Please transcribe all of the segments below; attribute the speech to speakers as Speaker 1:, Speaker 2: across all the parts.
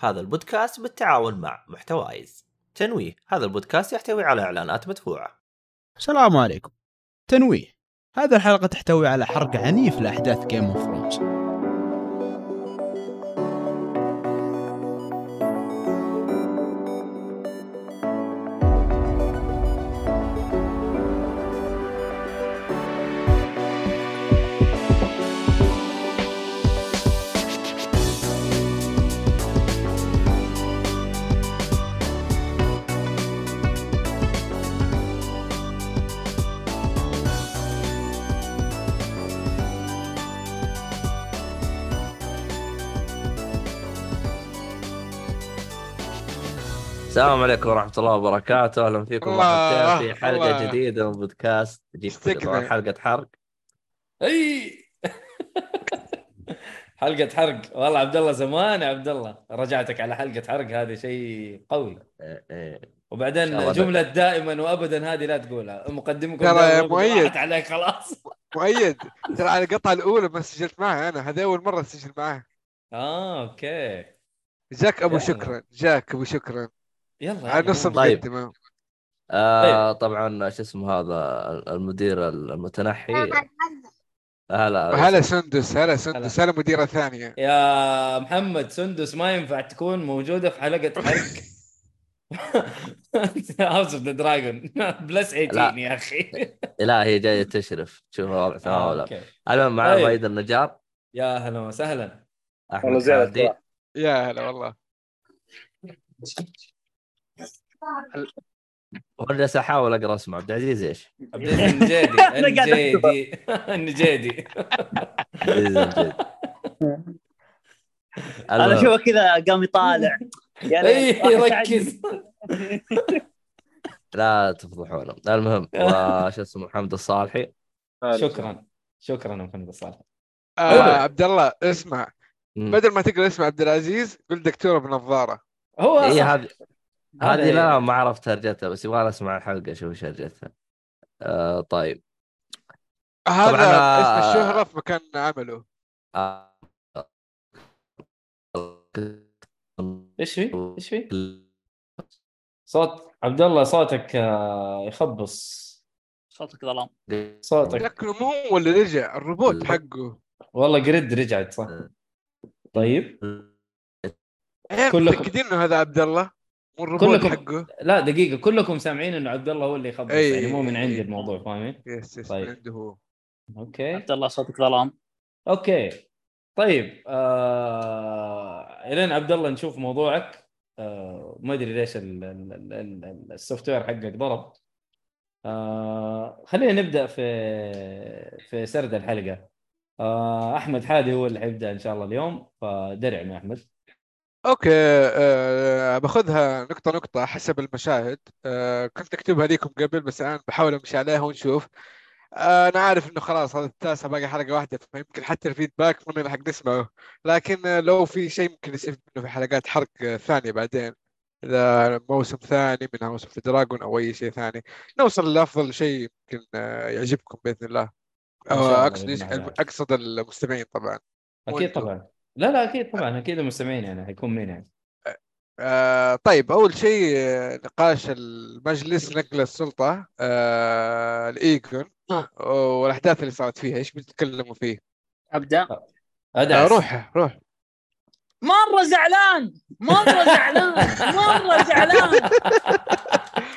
Speaker 1: هذا البودكاست بالتعاون مع محتوايز تنويه هذا البودكاست يحتوي على إعلانات مدفوعة
Speaker 2: السلام عليكم تنويه هذه الحلقة تحتوي على حرق عنيف لأحداث جيم اوف ثرونز
Speaker 1: السلام عليكم ورحمة الله وبركاته أهلا فيكم
Speaker 3: الله،
Speaker 1: مرحبتين في حلقة
Speaker 3: الله.
Speaker 1: جديدة من بودكاست جيت
Speaker 3: استكمل.
Speaker 1: طبعاً حلقة حرق
Speaker 4: اي حلقة حرق والله عبد الله زمان يا عبد الله رجعتك على حلقة حرق هذا شيء قوي
Speaker 1: إيه، إيه. إن شاء الله
Speaker 4: وبعدين
Speaker 1: ده.
Speaker 4: جملة دائما وابدا هذه لا تقولها مقدمكم
Speaker 3: ترى يا
Speaker 4: دائماً وأبداً
Speaker 3: مؤيد.
Speaker 4: راحت عليك خلاص
Speaker 3: مؤيد ترى على القطعه الاولى ما سجلت معها انا هذا اول مره اسجل معاه
Speaker 4: اه اوكي
Speaker 3: جاك ابو
Speaker 4: يلا.
Speaker 3: شكرا جاك ابو شكرا
Speaker 4: يلا
Speaker 3: على نفس
Speaker 1: طيب.
Speaker 3: المقدمه
Speaker 1: آه طبعا شو اسمه هذا المدير المتنحي هلا
Speaker 3: هلا سندس هلا سندس هلا مديره ثانيه
Speaker 4: يا محمد سندس ما ينفع تكون موجودة في حلقة حرق هاوس اوف ذا دراجون بلس 18 يا اخي
Speaker 1: لا هي جاية تشرف شوف وضع
Speaker 4: آه،
Speaker 1: تناوله
Speaker 4: أوكي.
Speaker 1: المهم معنا
Speaker 4: طيب.
Speaker 1: وايد النجار
Speaker 4: يا هلا وسهلا
Speaker 5: والله
Speaker 1: احمد
Speaker 5: زينة
Speaker 1: حادي
Speaker 5: صراحة.
Speaker 3: يا هلا والله
Speaker 1: وانا جالس احاول اقرا اسمه عبد العزيز ايش؟
Speaker 4: عبد العزيز النجيدي النجيدي النجيدي
Speaker 1: عبد العزيز الجديد.
Speaker 6: انا
Speaker 1: المهم،
Speaker 6: اشوفه كذا قام يطالع يا
Speaker 4: اي
Speaker 6: ليت. واحد قاعد-
Speaker 4: إيه، ركز
Speaker 1: لا تفضحونا المهم وش اسمه حمد الصالحي
Speaker 4: شكرا شكرا يا محمد صالح
Speaker 3: آه
Speaker 4: حلو.
Speaker 3: عبد الله اسمع
Speaker 1: مم.
Speaker 3: بدل ما تقرا اسم عبد العزيز قل دكتور بنظاره
Speaker 4: هو
Speaker 1: هي
Speaker 4: صح.
Speaker 1: إيه،
Speaker 4: إيه.
Speaker 1: هذه هذه لا ما عرفت هرجتها بس يبغى اسمع الحلقه اشوف ايش هرجتها آه طيب
Speaker 3: هذا
Speaker 1: أنا-
Speaker 3: اسم الشهره في مكان عمله
Speaker 1: آه.
Speaker 4: ايش في؟ ايش في؟ صوت عبد الله صوتك آه، يخبص
Speaker 6: صوتك ظلام
Speaker 4: صوتك.
Speaker 3: شكله مو هو اللي رجع الروبوت
Speaker 1: طيب. لا.
Speaker 3: حقه
Speaker 4: والله جريد رجعت صح طيب
Speaker 3: إيه،
Speaker 4: كلكم.
Speaker 3: متاكدين انه هذا عبد الله مو الروبوت
Speaker 4: كلكم.
Speaker 3: حقه
Speaker 4: لا دقيقه كلكم سامعين انه عبد الله هو اللي يخبص
Speaker 3: أي.
Speaker 4: يعني مو من عندي الموضوع فاهمين؟
Speaker 3: يس يس
Speaker 4: طيب.
Speaker 3: من عنده هو
Speaker 4: اوكي
Speaker 6: عبد الله صوتك ظلام
Speaker 4: اوكي طيب آه... الين عبد الله نشوف موضوعك آه... ما ادري ليش ال- ال- ال- ال- السوفت وير حقك ضرب آه... خلينا نبدا في في سرد الحلقه آه... احمد حادي هو اللي حيبدا ان شاء الله اليوم فدرع يا احمد
Speaker 3: اوكي آه باخذها نقطة نقطة حسب المشاهد آه كنت اكتبها ليكم قبل بس الان بحاول امشي عليها ونشوف آه انا عارف انه خلاص هذا التاسع باقي حلقة واحدة فيمكن حتى الفيدباك ما نلحق نسمعه لكن آه، لو في شيء ممكن نستفيد منه في حلقات حرق آه، ثانية بعدين اذا موسم ثاني من هاوس اوف دراجون او اي شيء ثاني نوصل لافضل شيء يمكن آه يعجبكم باذن الله
Speaker 4: إن
Speaker 3: أو
Speaker 4: شاء الله
Speaker 3: اقصد
Speaker 4: بإذن الله.
Speaker 3: اقصد المستمعين طبعا
Speaker 4: اكيد
Speaker 3: وأنتم.
Speaker 4: طبعا لا لا اكيد طبعا اكيد المستمعين يعني حيكون مين يعني
Speaker 3: آه طيب أول شيء آه، نقاش المجلس نقل السلطة آه الإيكون
Speaker 6: آه.
Speaker 3: والأحداث اللي صارت فيها إيش بتتكلموا فيه؟
Speaker 6: ابدا
Speaker 3: آه
Speaker 4: ادعس
Speaker 3: روح روح
Speaker 6: مره زعلان مره زعلان مره زعلان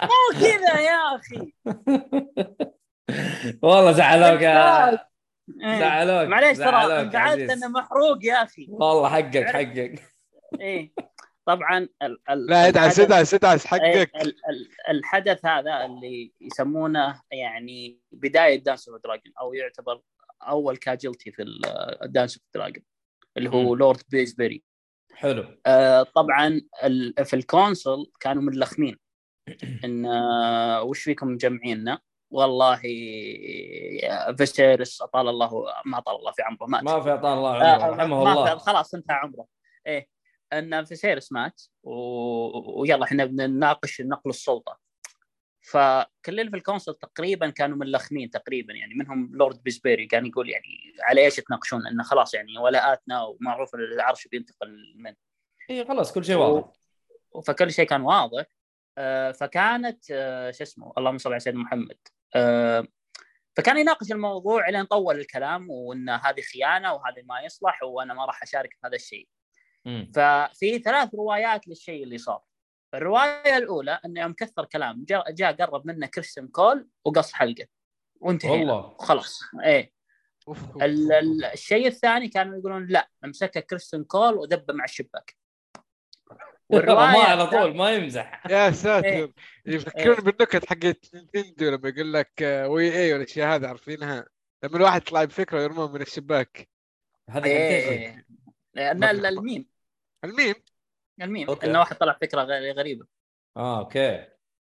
Speaker 6: مو كذا يا اخي
Speaker 4: والله زعلوك يا-
Speaker 6: إيه.
Speaker 4: زعلوك
Speaker 6: معليش
Speaker 4: زعلوك
Speaker 6: ترى
Speaker 4: يا
Speaker 6: زعلت
Speaker 4: عزيز.
Speaker 6: انه محروق يا اخي
Speaker 4: والله حقك حقك
Speaker 6: ايه طبعا ال ال
Speaker 3: لا إيه، ادعس
Speaker 6: الحدث-
Speaker 3: ادعس ادعس حقك
Speaker 6: إيه، ال- ال- الحدث هذا اللي يسمونه يعني بدايه دانس اوف دراجون او يعتبر اول كاجلتي في الدانس اوف دراجون اللي هو لورد بيزبري
Speaker 4: حلو
Speaker 6: آه طبعا ال- في الكونسل كانوا ملخمين ان آه وش فيكم مجمعيننا والله فيسيرس اطال الله ما اطال الله في عمره مات
Speaker 4: ما في اعطاه الله
Speaker 6: آه،
Speaker 4: عمره رحمه
Speaker 6: ما
Speaker 4: الله
Speaker 6: في- خلاص انتهى عمره ايه ان فيسيرس مات و... ويلا احنا بنناقش نقل السلطه فكل اللي في الكونسل تقريبا كانوا ملخمين تقريبا يعني منهم لورد بيزبيري كان يقول يعني على ايش تناقشون انه خلاص يعني ولاءاتنا ومعروف العرش بينتقل من
Speaker 4: اي إيه، خلاص كل شيء واضح
Speaker 6: فكل شيء كان واضح آه، فكانت آه، شو اسمه اللهم صل على سيدنا محمد آه، فكان يناقش الموضوع لين طول الكلام وان هذه خيانه وهذه ما يصلح وانا ما راح اشارك في هذا الشيء
Speaker 4: مم.
Speaker 6: ففي ثلاث روايات للشيء اللي صار الروايه الاولى انه يوم كثر كلام جاء, جاء قرب منه كريستن كول وقص حلقه وانتهينا
Speaker 4: والله
Speaker 6: خلاص ايه
Speaker 3: أوف، أوف،
Speaker 6: ال- ال- الشيء الثاني كانوا يقولون لا امسكها كريستن كول ودبه مع الشباك
Speaker 4: والروايه ما على
Speaker 6: الثانية-
Speaker 4: طول ما يمزح
Speaker 3: يا
Speaker 6: إيه.
Speaker 3: ساتر يفكرون بالنكت حقت نينتندو لما يقول لك آه، وي اي والاشياء هذه عارفينها لما الواحد يطلع بفكره ويرموها من الشباك
Speaker 4: هذا
Speaker 6: إيه،
Speaker 4: كان كيف؟
Speaker 6: إيه. لان ال- الميم
Speaker 3: الميم
Speaker 6: الميم
Speaker 4: أوكي.
Speaker 6: انه واحد طلع فكره غ- غريبه
Speaker 4: اه اوكي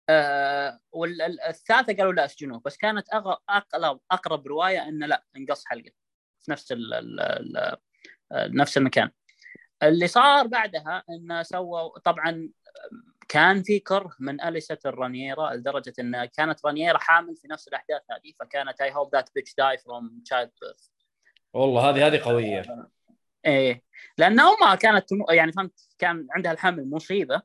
Speaker 6: آه والثالثه قالوا لا اسجنوه بس كانت أغ- اقرب اقرب روايه انه لا انقص حلقه في نفس ال ال ال آه، نفس المكان اللي صار بعدها انه سووا طبعا كان في كره من اليسة الرانييرا لدرجه ان كانت رانييرا حامل في نفس الاحداث هذه فكانت اي هوب ذات بيتش داي فروم تشايلد بيرث
Speaker 4: والله هذه هذه قويه
Speaker 6: ايه لانه ما كانت تم- يعني فهمت كان عندها الحمل مصيبه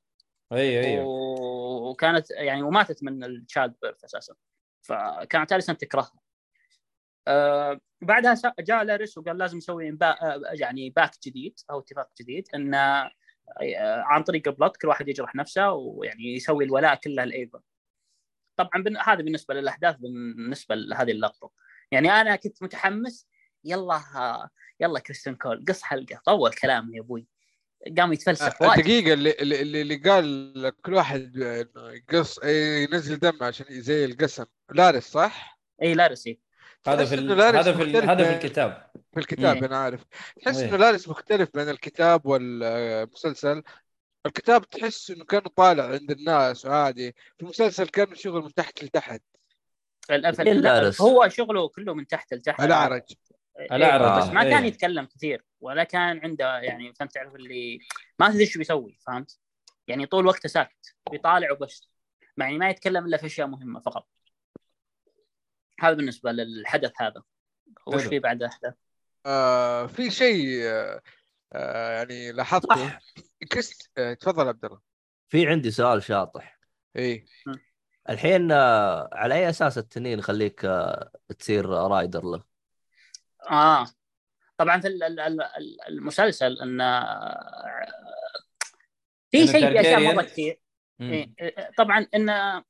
Speaker 4: ايوه ايوه
Speaker 6: و- وكانت يعني وماتت من التشايلد بيرث اساسا فكانت اليسن تكرهها آه بعدها س- جاء لاريس وقال لازم نسوي إنبا- آه، يعني باك جديد او اتفاق جديد ان آه، عن طريق البلط كل واحد يجرح نفسه ويعني يسوي الولاء كله لايفا طبعا بن... هذا بالنسبه للاحداث بالنسبه لهذه اللقطه يعني انا كنت متحمس يلا آه، يلا كريستن كول قص حلقه طول كلامه يا ابوي قام يتفلسف واجد
Speaker 3: دقيقة آه، اللي اللي اللي قال كل واحد آه، يقص إيه، ينزل دمه عشان زي القسم لارس صح؟
Speaker 6: اي لاريس إيه.
Speaker 4: هذا
Speaker 3: تحس
Speaker 4: في
Speaker 3: إنه
Speaker 4: ال-
Speaker 3: لارس
Speaker 4: هذا في ال-
Speaker 3: مختلف
Speaker 4: هذا
Speaker 3: بين-
Speaker 4: في الكتاب
Speaker 3: في الكتاب
Speaker 6: إيه.
Speaker 3: انا عارف تحس
Speaker 4: إيه.
Speaker 3: انه لارس مختلف بين الكتاب والمسلسل الكتاب تحس انه كان طالع عند الناس وعادي في المسلسل كان شغل من تحت لتحت
Speaker 6: للاسف
Speaker 1: إلا
Speaker 6: لا،
Speaker 1: رس.
Speaker 6: هو شغله كله من تحت لتحت
Speaker 3: العرج
Speaker 6: إيه،
Speaker 4: الأعرج،
Speaker 6: بس ما
Speaker 4: إيه.
Speaker 6: كان يتكلم كثير ولا كان عنده يعني فهمت تعرف اللي ما تدري شو بيسوي فهمت يعني طول وقته ساكت بيطالع وبس مع يعني ما يتكلم الا في اشياء مهمه فقط هذا بالنسبه للحدث هذا وش
Speaker 4: حلو.
Speaker 6: في بعد احداث
Speaker 3: آه في شيء آه آه يعني لاحظته كريست آه تفضل عبد الله
Speaker 1: في عندي سؤال شاطح
Speaker 3: ايه
Speaker 1: الحين آه، على اي اساس التنين يخليك آه، تصير رايدر له؟
Speaker 6: اه طبعا في ال- ال- ال- المسلسل ان في
Speaker 4: إن
Speaker 6: شيء في اشياء
Speaker 4: التارجيريان-
Speaker 6: مره كثير
Speaker 4: مم.
Speaker 6: إيه، إيه، طبعا ان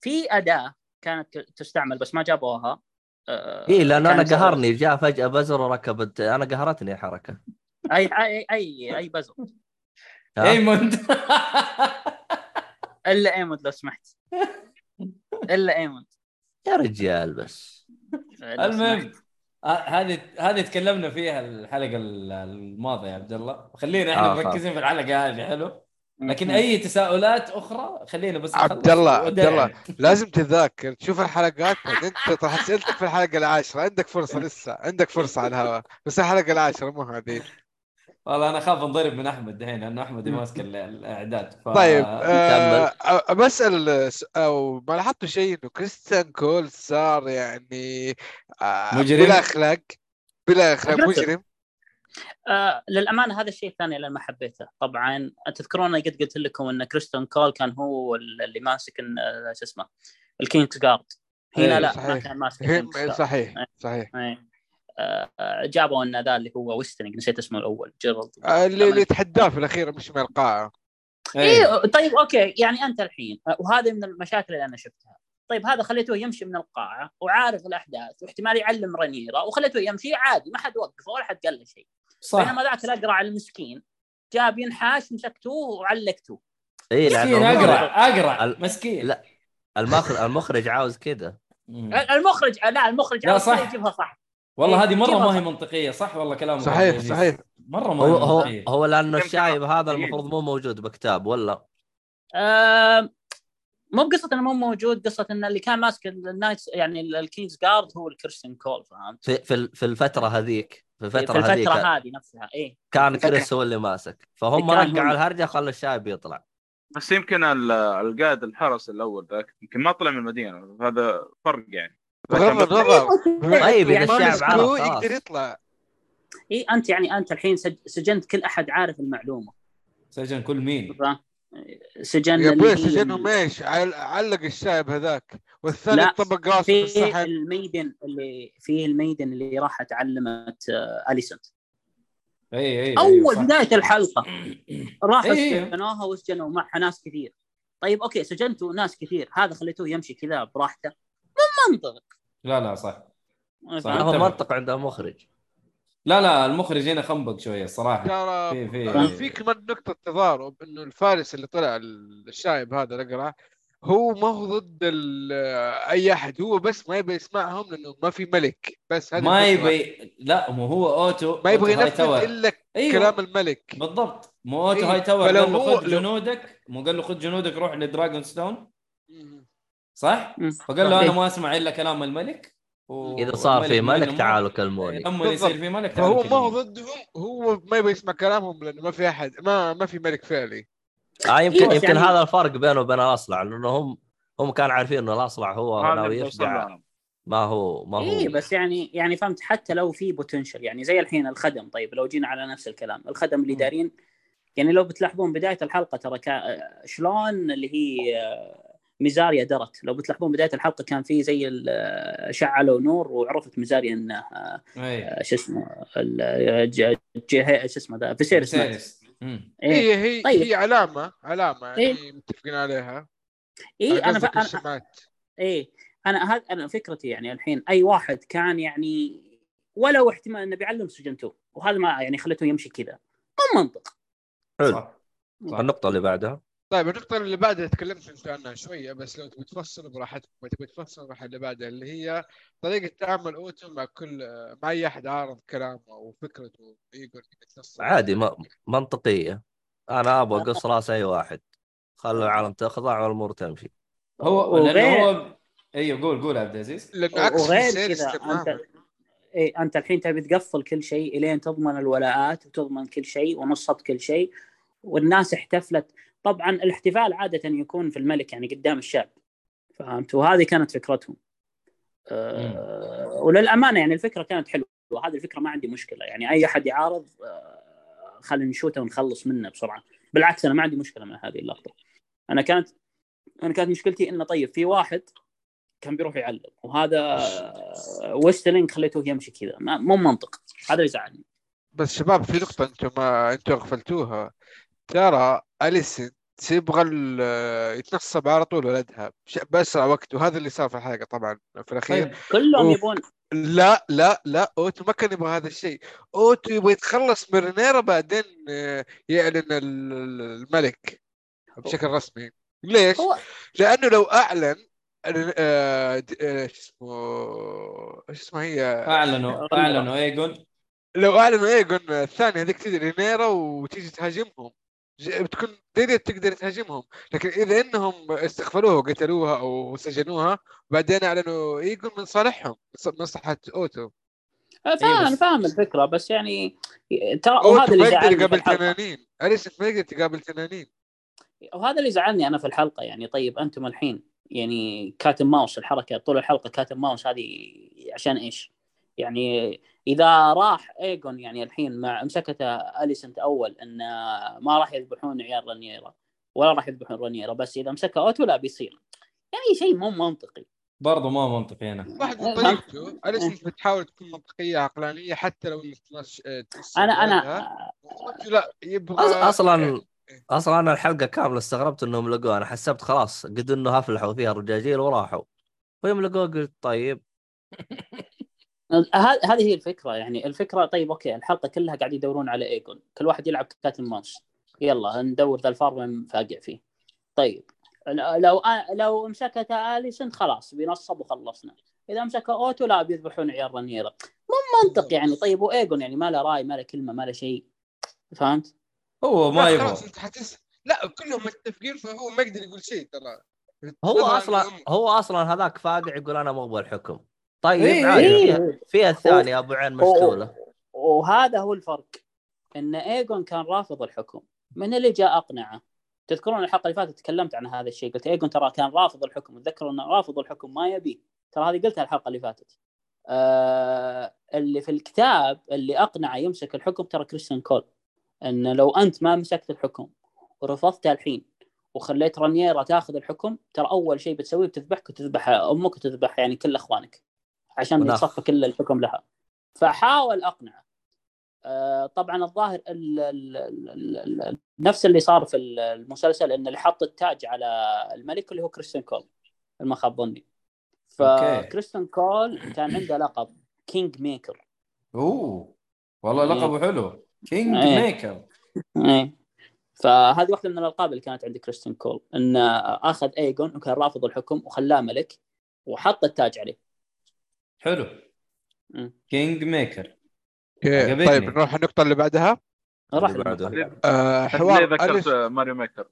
Speaker 6: في اداه كانت تستعمل بس ما جابوها آه،
Speaker 4: إيه.
Speaker 1: اي لان انا
Speaker 6: كانت-
Speaker 1: إيه، قهرني جاء فجاه بزر وركبت انا قهرتني الحركه
Speaker 6: اي اي اي اي بزر
Speaker 4: إيه،
Speaker 1: ها؟
Speaker 4: ايموند
Speaker 6: الا ايموند لو إيه سمحت إيه الا ايموند
Speaker 1: يا رجال بس
Speaker 6: لو سمحت.
Speaker 4: المهم ه- هذه هذه تكلمنا فيها الحلقه ال- الماضيه يا عبد الله خلينا احنا
Speaker 1: آه، خلاص.
Speaker 4: مركزين في الحلقه هذه حلو لكن اي تساؤلات اخرى خلينا بس
Speaker 3: عبد
Speaker 4: نخلص
Speaker 3: الله، عبد
Speaker 4: وداعي.
Speaker 3: الله. لازم تتذاكر تشوف الحلقات بعدين تطرح اسئلتك في الحلقه العاشره عندك فرصه لسه عندك فرصه على الهواء بس الحلقه العاشره مو هذه
Speaker 4: والله انا خاف انضرب من احمد دحين لانه احمد ماسك ال- الاعداد ف...
Speaker 3: طيب آه آه، بسال س- او ما لاحظت شيء انه كريستيان كول صار يعني آه
Speaker 4: مجرم.
Speaker 3: بلا اخلاق بلا اخلاق
Speaker 6: Aggressive.
Speaker 3: مجرم
Speaker 6: آه، للامانه هذا الشيء الثاني اللي أنا ما حبيته طبعا تذكرون أنا قد قلت لكم ان كريستون كول كان هو اللي ماسك إن- آه، شو اسمه الكينجز جارد
Speaker 4: إيه،
Speaker 6: هنا لا ما
Speaker 3: صحيح.
Speaker 6: كان ماسك
Speaker 3: هم-
Speaker 6: الكينجز جارد
Speaker 3: صحيح صحيح
Speaker 6: إيه. آه، آه، جابوا ان ذا اللي هو ويستنج نسيت اسمه الاول جيرالد
Speaker 3: آه، اللي اللي تحداه في الاخير مش من القاعه
Speaker 4: إيه.
Speaker 6: ايه طيب اوكي يعني انت الحين وهذه من المشاكل اللي انا شفتها طيب هذا خليته يمشي من القاعه وعارف الاحداث واحتمال يعلم رنيرا وخليته يمشي عادي ما حد وقفه ولا حد قال له شيء
Speaker 4: صح
Speaker 6: بينما ذاك الاقرع المسكين جاب ينحاش مسكتوه وعلقتوه
Speaker 1: اي
Speaker 4: مسكين
Speaker 1: لانه
Speaker 4: اقرع
Speaker 1: إيه، المخرج-
Speaker 4: اقرع
Speaker 1: ال-
Speaker 4: مسكين
Speaker 1: لا. المخرج المخرج عاوز كده
Speaker 4: مم.
Speaker 6: المخرج لا المخرج
Speaker 4: لا،
Speaker 6: عارف
Speaker 4: صح.
Speaker 6: كيف يجيبها صح
Speaker 4: والله هذه مره
Speaker 6: كيف
Speaker 4: ما هي منطقيه صح والله كلامك عبد
Speaker 3: صحيح
Speaker 4: العزيز.
Speaker 3: صحيح
Speaker 4: مره ما هي
Speaker 1: هو هو
Speaker 4: منطقيه
Speaker 6: إيه.
Speaker 1: هو لانه
Speaker 6: يمكن
Speaker 1: الشايب هذا
Speaker 5: إيه.
Speaker 6: أفضل.
Speaker 1: المفروض مو موجود بكتاب ولا
Speaker 6: آم، مو بقصه انه مو موجود قصه ان اللي كان ماسك النايتس يعني الكينجز جارد هو الكريستن كول فهمت؟
Speaker 1: في في ال- في الفتره هذيك في الفتره
Speaker 6: إيه، في
Speaker 1: هذيك
Speaker 6: الفتره هذه نفسها ايه
Speaker 1: كان
Speaker 6: الفترة- إيه،
Speaker 1: كريس هو اللي ماسك فهم
Speaker 6: كان إيه،
Speaker 1: رقعوا
Speaker 6: هم.
Speaker 1: الهرجه خلوا الشايب يطلع
Speaker 5: بس يمكن ال- القائد الحرس الاول ذاك يمكن ما طلع من المدينه هذا فرق يعني
Speaker 3: بغض النظر بما
Speaker 1: طيب،
Speaker 6: يعني
Speaker 3: إنه
Speaker 1: إذا
Speaker 3: ما
Speaker 1: الشعب عرف،
Speaker 3: مسكوه
Speaker 1: خلاص.
Speaker 3: يقدر يطلع
Speaker 6: اي انت يعني انت الحين سج- سجنت كل احد عارف المعلومه
Speaker 4: سجن كل مين؟
Speaker 6: ف- سجن
Speaker 3: يا
Speaker 6: اللي هي
Speaker 3: ابوي سجنهم إيه؟ ايش؟ عل- علق الشايب هذاك والثاني
Speaker 6: لا،
Speaker 3: طبق راسه في
Speaker 6: في
Speaker 3: الصحن
Speaker 6: الميدن اللي في الميدن اللي راحت علمت آه، اليسنت
Speaker 4: اي اي
Speaker 6: اول بدايه الحلقه راحوا
Speaker 4: أيوة، إيه.
Speaker 6: سجنوها وسجنوا معها ناس كثير طيب اوكي سجنتوا ناس كثير هذا خليتوه يمشي كذا براحته مو منطق
Speaker 4: لا لا صح صح.
Speaker 1: هو منطق عنده مخرج
Speaker 4: لا لا المخرج هنا خنبق شويه الصراحه
Speaker 3: ترى
Speaker 4: في في
Speaker 3: آه، في كمان نقطة تضارب انه الفارس اللي طلع الشايب هذا الاقرع هو ما هو ضد ال- اي احد هو بس ما يبي يسمعهم لانه ما في ملك بس هذه
Speaker 4: ما
Speaker 3: الفكرة.
Speaker 4: يبي لا مو هو اوتو
Speaker 3: ما يبغى
Speaker 4: أوتو هاي
Speaker 3: ينفذ
Speaker 4: تاور.
Speaker 3: الا
Speaker 4: أيوه.
Speaker 3: كلام الملك
Speaker 4: بالضبط مو اوتو
Speaker 3: إيه،
Speaker 4: هاي تاور
Speaker 3: فلو
Speaker 4: قال له
Speaker 3: هو-
Speaker 4: خذ
Speaker 3: لو-
Speaker 4: جنودك مو قال له خذ جنودك روح لدراجون ستون
Speaker 3: مم.
Speaker 4: صح؟
Speaker 6: مم.
Speaker 4: فقال له انا
Speaker 6: إيه.
Speaker 4: ما اسمع الا كلام الملك و-
Speaker 1: اذا صار في
Speaker 4: والملك بما إنه
Speaker 1: ملك تعالوا
Speaker 4: ملك-
Speaker 6: طيب. إيه،
Speaker 1: كلموني
Speaker 4: لما
Speaker 3: بالضبط.
Speaker 4: يصير في ملك تعالوا
Speaker 3: فهو ما هو
Speaker 4: كلموني.
Speaker 3: ضدهم هو ما يبغى يسمع كلامهم لانه ما في احد ما ما في ملك فعلي
Speaker 1: آه يمكن
Speaker 6: إيه، بس
Speaker 1: يمكن
Speaker 6: يعني-
Speaker 1: هذا الفرق بينه وبين الاصلع لانه هم هم كانوا عارفين انه الاصلع هو
Speaker 5: هذا
Speaker 1: ناوي
Speaker 5: اللي وصل
Speaker 1: يفقع
Speaker 5: لهم.
Speaker 1: ما هو ما هو
Speaker 6: اي بس يعني يعني فهمت حتى لو في بوتنشل يعني زي الحين الخدم طيب لو جينا على نفس الكلام الخدم اللي دارين يعني لو بتلاحظون بدايه الحلقه ترى كا شلون اللي هي آه، ميزاريا درت لو بتلاحظون بدايه الحلقه كان في زي ال- آه، شعلوا نور وعرفت ميزاريا انه آه،
Speaker 4: إيه.
Speaker 6: آه، شو اسمه ال- آه، ج- ج- شو اسمه ذا فيسيرس مات.
Speaker 4: سيريس. مم.
Speaker 6: إيه.
Speaker 3: هي هي
Speaker 6: طيب.
Speaker 3: هي علامة علامة يعني
Speaker 6: إيه.
Speaker 3: متفقين عليها
Speaker 6: اي انا
Speaker 3: قصدك
Speaker 6: إيه، ف- انا
Speaker 3: الشمات
Speaker 6: ايه انا هذا انا فكرتي يعني الحين اي واحد كان يعني ولو احتمال انه بيعلم سجنته وهذا ما يعني خليته يمشي كذا مو منطق
Speaker 1: حلو.
Speaker 4: صح. صح.
Speaker 1: النقطه اللي بعدها
Speaker 3: طيب النقطة اللي بعدها تكلمت انت عنها شوية بس لو تبي تفصل براحتك ما تبي تفصل راح اللي بعدها اللي هي طريقة تعامل اوتو مع كل مع اي احد عارض كلامه وفكرته يقول يتنصر.
Speaker 1: عادي ما منطقيه انا ابغى اقص راس اي واحد خلوا العالم تخضع والامور تمشي
Speaker 4: هو
Speaker 6: وغير-
Speaker 4: لانه هو ايوه قول قول عبد العزيز
Speaker 3: لانه عكس
Speaker 6: وغير
Speaker 3: فيسيرس
Speaker 6: كذا
Speaker 3: تماماً.
Speaker 6: انت ايه انت الحين تبي تقفل كل شيء الين تضمن الولاءات وتضمن كل شيء ونصت كل شيء والناس احتفلت طبعا الاحتفال عاده يكون في الملك يعني قدام الشعب فهمت وهذه كانت فكرتهم أه وللامانه يعني الفكره كانت حلوه وهذه الفكره ما عندي مشكله يعني اي احد يعارض أه خلينا نشوته ونخلص منه بسرعه بالعكس انا ما عندي مشكله مع هذه اللقطه انا كانت انا كانت مشكلتي انه طيب في واحد كان بيروح يعلم وهذا ويسترلينج خليته يمشي كذا ما- مو منطق هذا اللي زعلني
Speaker 3: بس شباب في نقطة انتم ما انتم غفلتوها ترى اليسن تبغى ال- يتنصب على طول ولدها بش- بأسرع وقت وهذا اللي صار في الحلقة طبعا في الأخير
Speaker 4: طيب
Speaker 6: كلهم
Speaker 3: أوف.
Speaker 6: يبون
Speaker 3: لا لا لا اوتو ما كان يبغى هذا الشيء اوتو يبغى يتخلص من رينيرا بعدين آه، يعلن ال- ال- الملك بشكل رسمي ليش؟
Speaker 6: هو-
Speaker 3: لانه لو اعلن آه، د- آه، شو اسمه شو اسمها هي آه،
Speaker 4: اعلنوا اعلنوا ايجون
Speaker 3: لو اعلنوا ايجون الثاني هذيك تجي رينيرا وتيجي تهاجمهم ج- بتكون ديدي تقدر تهاجمهم لكن اذا انهم استغفلوها وقتلوها او سجنوها بعدين اعلنوا ايجون من صالحهم من ص- من مصلحه اوتو
Speaker 4: إيه
Speaker 6: فاهم
Speaker 4: بس-
Speaker 6: فاهم الفكره بس يعني ترى وهذا
Speaker 3: اوتو
Speaker 6: اللي
Speaker 3: ما يقدر
Speaker 6: زعلني في
Speaker 3: يقابل
Speaker 6: الحلقه
Speaker 3: تنانين اليس ما يقدر تقابل تنانين
Speaker 6: وهذا اللي زعلني انا في الحلقه يعني طيب انتم الحين يعني كاتب ماوس الحركه طول الحلقه كاتب ماوس هذه عشان ايش؟ يعني اذا راح ايجون يعني الحين مع مسكته اليسنت اول ان ما راح يذبحون عيال رنيرا ولا راح يذبحون رنيرا بس اذا مسكها اوتو لا بيصير يعني شيء مو منطقي
Speaker 4: برضه ما منطقي هنا
Speaker 3: واحد من
Speaker 6: فهمت؟
Speaker 3: طريقته اليس بتحاول تكون منطقيه عقلانيه حتى لو آه، انك تنص- تنص-
Speaker 6: انا انا
Speaker 3: تنص- أوتو لا يبغى
Speaker 1: أص- اصلا اصلا انا الحلقه كامله استغربت انهم لقوه انا حسبت خلاص قد انه افلحوا فيها الرجاجيل وراحوا فيوم لقوه قلت طيب
Speaker 6: ه- هذه هي الفكره يعني الفكره طيب اوكي الحلقه كلها قاعد يدورون على ايجون كل واحد يلعب كاتل ماوس يلا ندور ذا الفار وين نفاقع فيه طيب ل- لو آ- لو مسكته اليسنت خلاص بينصب وخلصنا اذا مسكه اوتو لا بيذبحون عيال رنيرا مو منطق يعني طيب وايجون يعني ما له راي ما له كلمه ما له شيء فهمت؟
Speaker 4: هو ما
Speaker 3: لا،
Speaker 4: يبغى
Speaker 3: خلاص انت حتس لا كلهم متفقين فهو ما يقدر يقول شيء ترى
Speaker 1: هو
Speaker 3: طبعاً
Speaker 1: اصلا
Speaker 3: هم-
Speaker 1: هو اصلا هذاك فاقع يقول انا ما ابغى الحكم طيب
Speaker 4: إيه،
Speaker 1: عادي
Speaker 6: إيه.
Speaker 1: فيها الثاني ابو عين مشتوله
Speaker 6: وهذا هو الفرق ان ايجون كان رافض الحكم من اللي جاء اقنعه تذكرون الحلقه اللي فاتت تكلمت عن هذا الشيء قلت ايجون ترى كان رافض الحكم تذكروا انه رافض الحكم ما يبي ترى هذه قلتها الحلقه اللي فاتت آه اللي في الكتاب اللي اقنعه يمسك الحكم ترى كريستيان كول ان لو انت ما مسكت الحكم ورفضته الحين وخليت رانييرا تاخذ الحكم ترى اول شيء بتسويه بتذبحك وتذبح امك وتذبح يعني كل اخوانك عشان
Speaker 1: وناخ.
Speaker 6: يتصفى كل الحكم لها فحاول اقنعه آه، طبعا الظاهر ال ال ال ال ال نفس اللي صار في ال- المسلسل ان اللي حط التاج على الملك اللي هو كريستن كول إن ما خاب ظني
Speaker 4: أوكي.
Speaker 6: فكريستن كول كان عنده لقب كينج ميكر
Speaker 4: اوه والله
Speaker 6: إيه.
Speaker 4: لقبه حلو كينج
Speaker 6: إيه.
Speaker 4: ميكر
Speaker 6: ايه فهذه واحده من الالقاب اللي كانت عند كريستن كول انه اخذ ايجون وكان رافض الحكم وخلاه ملك وحط التاج عليه
Speaker 4: حلو
Speaker 6: مم.
Speaker 4: كينج ميكر
Speaker 3: اوكي
Speaker 4: عجبتني.
Speaker 3: طيب نروح النقطة اللي بعدها
Speaker 6: راح
Speaker 1: اللي بعده.
Speaker 6: للمرة الجاية.
Speaker 3: آه
Speaker 5: ليه
Speaker 3: حوار
Speaker 5: ذكرت
Speaker 3: أليس
Speaker 5: ماريو ميكر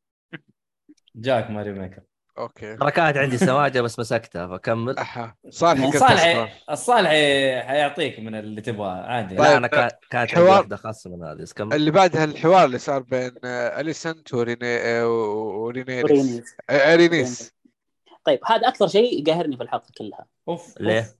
Speaker 4: جاك ماري ميكر
Speaker 3: اوكي
Speaker 1: ترى كانت عندي سماجه بس مسكتها فكمل
Speaker 3: أحا صالح كيف
Speaker 4: الصالح
Speaker 3: تصفى؟
Speaker 4: الصالح حيعطيك من اللي تبغاه عادي
Speaker 1: لا
Speaker 3: طيب.
Speaker 1: انا يعني كا- كانت عندي
Speaker 3: حوار.
Speaker 1: واحده خاصه من هذه بس كمل
Speaker 3: اللي بعدها الحوار اللي صار بين آه، اليسنت وريني آه، ورينيريس
Speaker 6: ورينيس.
Speaker 3: آه، ارينيس
Speaker 6: طيب هذا اكثر شيء قاهرني في الحلقه كلها
Speaker 4: اوف
Speaker 1: ليه؟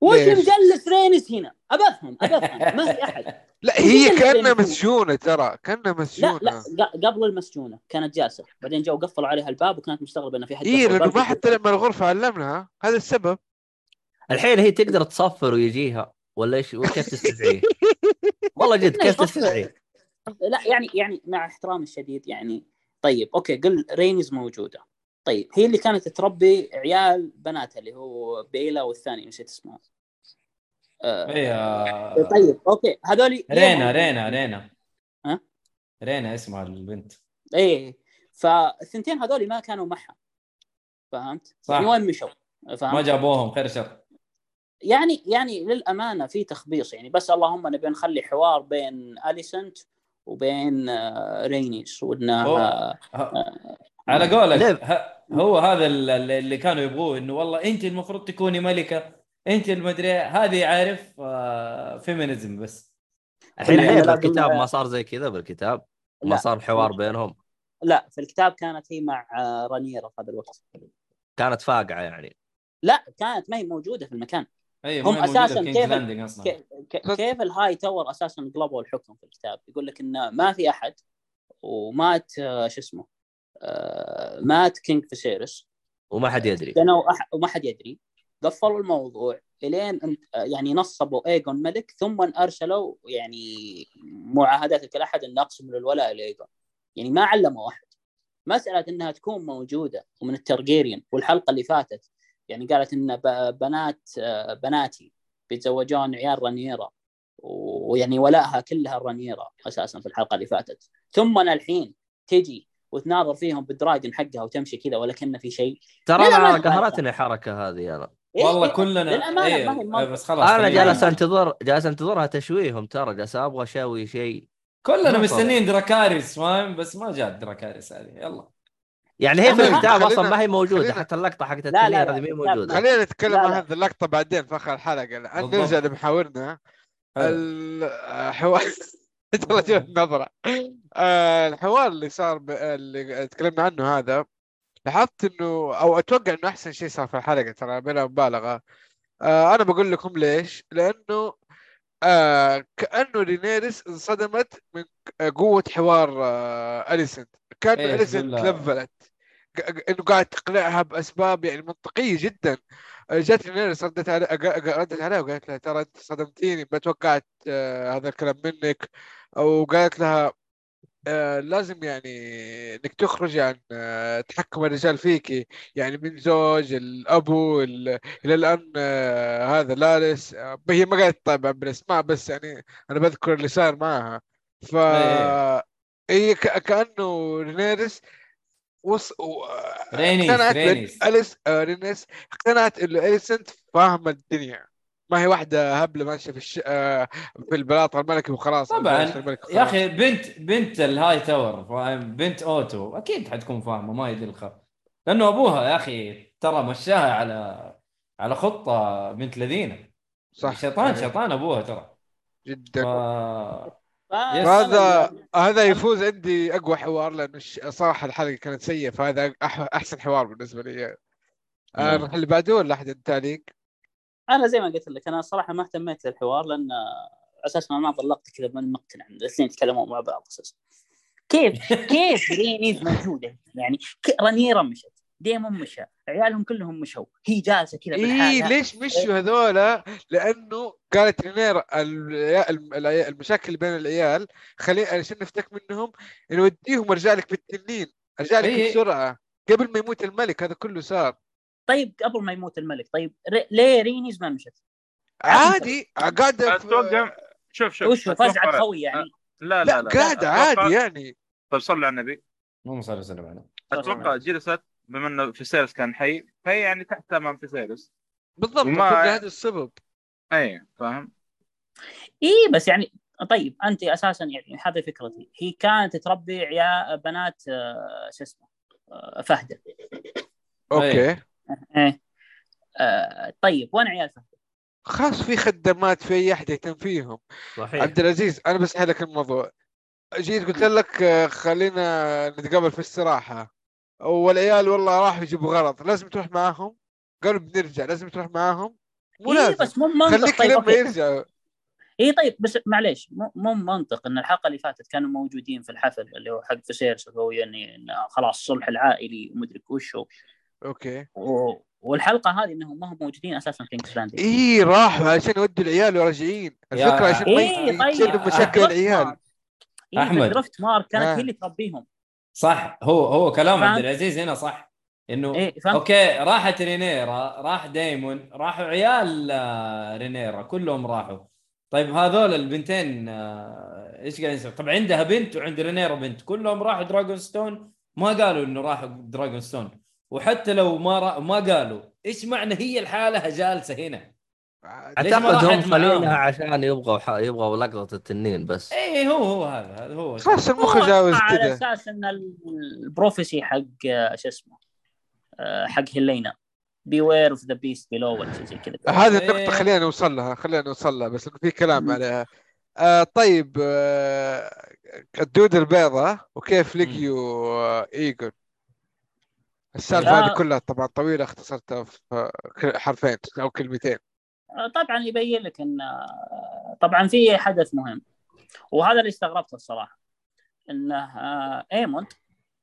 Speaker 6: وش
Speaker 3: ليش؟
Speaker 6: مجلس رينيس هنا؟ ابفهم ابفهم ما في احد
Speaker 3: لا هي
Speaker 6: اللي
Speaker 3: كأنها
Speaker 6: بينهم.
Speaker 3: مسجونة ترى كأنها
Speaker 6: لا لا
Speaker 3: مسجونة
Speaker 6: ق- قبل المسجونه كانت جالسه بعدين جو قفلوا عليها الباب وكانت مستغربه انه في حد
Speaker 3: اي
Speaker 6: قفل
Speaker 3: إيه، لأنه
Speaker 6: الباب.
Speaker 3: ما حتى لما الغرفة علمنا هذا السبب
Speaker 1: الحين هي تقدر تصفر ويجيها ولا ايش كيف تستدعيه؟ والله جد كيف تستدعيه؟
Speaker 6: لا يعني يعني مع احترامي الشديد يعني طيب اوكي قل رينيز موجوده طيب هي اللي كانت تربي عيال بناتها اللي هو بيلا والثاني نسيت اسمها آه
Speaker 4: إيه، آه،
Speaker 6: طيب اوكي هذول
Speaker 4: رينا رينا رينا
Speaker 6: ها؟
Speaker 4: رينا اسمها البنت
Speaker 6: ايه فالثنتين هذول ما كانوا معها فهمت؟
Speaker 4: صح.
Speaker 6: يعني وين مشوا؟
Speaker 4: ما
Speaker 6: فهمت؟
Speaker 4: جابوهم خير شر
Speaker 6: يعني يعني للامانه في تخبيص يعني بس اللهم نبي نخلي حوار بين اليسنت وبين آه، رينيس وانها
Speaker 4: ه- على قولك
Speaker 1: ليه؟
Speaker 4: ه- هو هذا ال- ال- اللي كانوا يبغوه انه والله انت المفروض تكوني ملكه انت المدري إيه. هذه عارف فيمينيزم بس
Speaker 1: الحين
Speaker 6: إحنا
Speaker 1: ليه
Speaker 6: لازم-
Speaker 1: بالكتاب ما صار زي كذا بالكتاب ما
Speaker 6: لا.
Speaker 1: صار حوار بينهم
Speaker 6: لا في الكتاب كانت هي مع آه، رانيرا في هذا الوقت
Speaker 1: كانت فاقعه يعني
Speaker 6: لا كانت ما هي موجوده في المكان
Speaker 4: اي
Speaker 6: هم
Speaker 4: هم
Speaker 6: أساساً
Speaker 4: اساسا
Speaker 6: كيف- إيه،
Speaker 4: كيف لاندنج اصلا
Speaker 6: ك- ك- كيف الهاي تاور اساسا قلبوا الحكم في الكتاب يقول لك انه ما في احد ومات آه، شو اسمه آه، مات كينج فيسيرس
Speaker 1: وما حد يدري
Speaker 6: كانوا أح- وما حد يدري قفلوا الموضوع الين أن- يعني نصبوا ايجون ملك ثم ارسلوا يعني معاهدات لكل احد ان اقسم للولاء لايجون يعني ما علموا احد مساله انها تكون موجوده ومن الترجيريان والحلقه اللي فاتت يعني قالت ان ب- بنات آه، بناتي بيتزوجون عيال رانيرا و- ويعني ولائها كلها رانيرا اساسا في الحلقه اللي فاتت ثم الحين تجي وتناظر فيهم بالدراجن حقها وتمشي كذا ولا كنا في شيء
Speaker 1: ترى
Speaker 6: لا، لا، ما
Speaker 1: انا
Speaker 6: تبغى
Speaker 1: قهرتني الحركه هذه انا
Speaker 6: إيه،
Speaker 4: والله
Speaker 6: إيه،
Speaker 4: كلنا
Speaker 6: للامانه
Speaker 4: إيه،
Speaker 6: ما هي منطقة.
Speaker 4: بس خلاص
Speaker 1: انا
Speaker 4: خلينا-
Speaker 1: جالس انتظر جالس انتظرها تشويهم ترى جالس ابغى اسوي شيء
Speaker 4: كلنا
Speaker 1: ما
Speaker 4: مستنيين دراكاريس فاهم بس ما جات دراكاريس هذه يلا
Speaker 1: يعني هي في
Speaker 6: خلينا-
Speaker 1: الكتاب اصلا
Speaker 3: خلينا-
Speaker 1: ما هي موجوده
Speaker 3: خلينا-
Speaker 1: حتى اللقطه حقت
Speaker 6: لا،
Speaker 1: التنين
Speaker 6: لا،
Speaker 1: هذه ما هي
Speaker 6: لا،
Speaker 1: موجوده
Speaker 3: خلينا نتكلم
Speaker 6: لا،
Speaker 3: عن
Speaker 6: لا.
Speaker 3: هذه اللقطة بعدين في آخر الحلقة الآن
Speaker 4: بالضبط.
Speaker 3: نرجع لمحاورنا
Speaker 4: حلو.
Speaker 3: ال- حوار ترى شوف النظرة آه، الحوار اللي صار ب... اللي تكلمنا عنه هذا لاحظت انه او اتوقع انه احسن شيء صار في الحلقة ترى بلا مبالغة آه، انا بقول لكم ليش لانه آه، كانه رينيريس انصدمت من ك- قوة حوار آه، اليسنت كانه
Speaker 4: إيه،
Speaker 3: اليسنت
Speaker 4: تقول لها-
Speaker 3: تلفلت ق- ق- انه قاعد تقنعها باسباب يعني منطقيه جدا جت رينيرس ردت علي ق- ق- ردت عليها وقالت لها ترى انت صدمتيني ما توقعت آه، هذا الكلام منك وقالت لها آه، لازم يعني انك تخرجي عن آه، تحكم الرجال فيكي يعني من زوج الابو ال- الى الان آه، هذا لارس آه، هي ما قالت طيب عن بالاسماء بس يعني انا بذكر اللي صار معها ف
Speaker 4: إيه.
Speaker 3: هي ك- كانه رينيرس وص... و...
Speaker 4: رينيس،
Speaker 3: اقتنعت بأن
Speaker 4: رينيس.
Speaker 3: أليس... آه، رينيس اقتنعت انه اليسنت فاهمه الدنيا ما هي واحده هبله ماشيه في الش... آه، في البلاطه الملكي وخلاص أو
Speaker 4: طبعاً.
Speaker 3: في الملك
Speaker 4: يا
Speaker 3: وخلاص.
Speaker 4: اخي بنت بنت الهاي تاور فاهم بنت اوتو اكيد حتكون فاهمه ما يدري الخير لانه ابوها يا اخي ترى مشاها على على خطه بنت لذينه
Speaker 3: صح
Speaker 4: شيطان
Speaker 3: يعني
Speaker 4: شيطان ابوها ترى ف...
Speaker 3: جدا
Speaker 6: ف-
Speaker 3: هذا هذا يفوز عندي اقوى حوار لانه الش- صراحه الحلقه كانت سيئه فهذا أح... احسن حوار بالنسبه لي يعني. آه،
Speaker 1: مم.
Speaker 3: نروح اللي بعده ولا احد تعليق؟
Speaker 6: انا زي ما قلت لك انا صراحه ما اهتميت للحوار لان اساسا انا ما ظلقت كذا ماني مقتنع الاثنين يتكلموا مع بعض اساسا كيف كيف جرين ايف موجوده يعني ك- رانيرا مشت ديمون مشى عيالهم كلهم مشوا هي جالسه كذا
Speaker 3: اي
Speaker 6: بالحالة
Speaker 3: إيه، ليش مشوا هذولا؟ لانه قالت رينير ال- ال- ال- المشاكل اللي بين العيال خلي عشان نفتك منهم نوديهم ارجع لك بالتنين ارجع لك
Speaker 4: إي إي.
Speaker 3: بسرعه قبل ما يموت الملك هذا كله صار
Speaker 6: طيب قبل ما يموت الملك طيب ري... ليه رينيز ما مشت؟
Speaker 3: عادي قاعده في-
Speaker 5: اتوقع شوف شوف
Speaker 6: وش فزعه
Speaker 5: أتوقع-
Speaker 6: خوي يعني
Speaker 5: لا لا
Speaker 3: لا
Speaker 5: لا
Speaker 3: قاعده
Speaker 5: أتوقع-
Speaker 3: عادي يعني
Speaker 5: طيب صلوا على النبي
Speaker 4: اللهم صل وسلم عليه
Speaker 5: اتوقع جلست بما انه فيسيرس كان حي فهي يعني تحت امام فيسيرس
Speaker 3: بالضبط
Speaker 5: وما-
Speaker 3: أتوقع هذا السبب
Speaker 5: اي فاهم
Speaker 6: اي بس يعني طيب انت اساسا يعني هذه فكرتي هي كانت تربي عيا بنات آه، شو اسمه آه، فهده
Speaker 3: اوكي
Speaker 6: إيه. آه، طيب وانا عيال فهده
Speaker 3: خاص في خدمات في اي احد يهتم فيهم
Speaker 6: إيه.
Speaker 1: صحيح
Speaker 3: عبد العزيز انا بسهل لك الموضوع جيت قلت لك آه، خلينا نتقابل في استراحه والعيال والله راحوا يجيبوا غرض لازم تروح معاهم قالوا بنرجع لازم تروح معاهم مو
Speaker 6: اي
Speaker 3: لازم
Speaker 6: إيه، بس مو منطق
Speaker 3: خليك
Speaker 6: طيب
Speaker 3: لما
Speaker 6: اوكي
Speaker 3: يرجعوا
Speaker 6: اي طيب بس معليش مو- مو منطق ان الحلقه اللي فاتت كانوا موجودين في الحفل اللي هو حق فسيرس هو يعني إنه خلاص الصلح العائلي ومدري وش هو.
Speaker 3: اوكي
Speaker 6: و- والحلقه هذه انهم ما هم موجودين اساسا في كينجز لاندنج
Speaker 3: اي إيه، راحوا عشان يودوا العيال وراجعين
Speaker 4: يا-
Speaker 3: الفكره عشان ما
Speaker 6: اي
Speaker 3: ي-
Speaker 6: طيب
Speaker 3: يتسبب مشاكل العيال
Speaker 4: أحمد.
Speaker 6: احمد درفت مارك كانت
Speaker 3: آه.
Speaker 6: هي اللي تربيهم
Speaker 4: صح هو هو كلام
Speaker 6: فهمت؟ إيه.
Speaker 4: عبد العزيز هنا صح انه
Speaker 6: اي فهمت
Speaker 4: اوكي راحت رينيرا راح دايمون راحوا عيال آه، رينيرا كلهم راحوا طيب هذول البنتين آه، ايش قاعد يصير؟ طب عندها بنت وعند رينيرا بنت كلهم راحوا دراجون ستون ما قالوا انه راحوا دراجون ستون وحتى لو ما را... ما قالوا ايش معنى هي الحاله جالسه هنا؟ ليش ما
Speaker 1: اعتقد هم
Speaker 4: راحت معاهم؟
Speaker 1: خلينها عشان يبغوا ح... يبغوا لقطه التنين بس
Speaker 4: اي إيه، هو هو هذا هذا هو
Speaker 3: خلاص
Speaker 6: هو
Speaker 3: المخرج عاوز
Speaker 6: على
Speaker 3: كذا
Speaker 6: اساس ان البروفيسي حق آه، شو اسمه آه، حق هيلينا بيوير اوف ذا بيست بيلو ولا شيء زي كذا
Speaker 3: هذه
Speaker 4: إيه.
Speaker 3: النقطه خلينا نوصل لها خلينا نوصل لها بس إنه في كلام
Speaker 6: مم.
Speaker 3: عليها آه طيب آه الدود البيضاء وكيف لقيوا آه ايجون السالفه
Speaker 6: لا.
Speaker 3: هذه كلها طبعا طويله اختصرتها في آه، حرفين او كلمتين
Speaker 6: آه، طبعا يبين لك ان آه، طبعا في حدث مهم وهذا اللي استغربته الصراحه انه آه، ايمون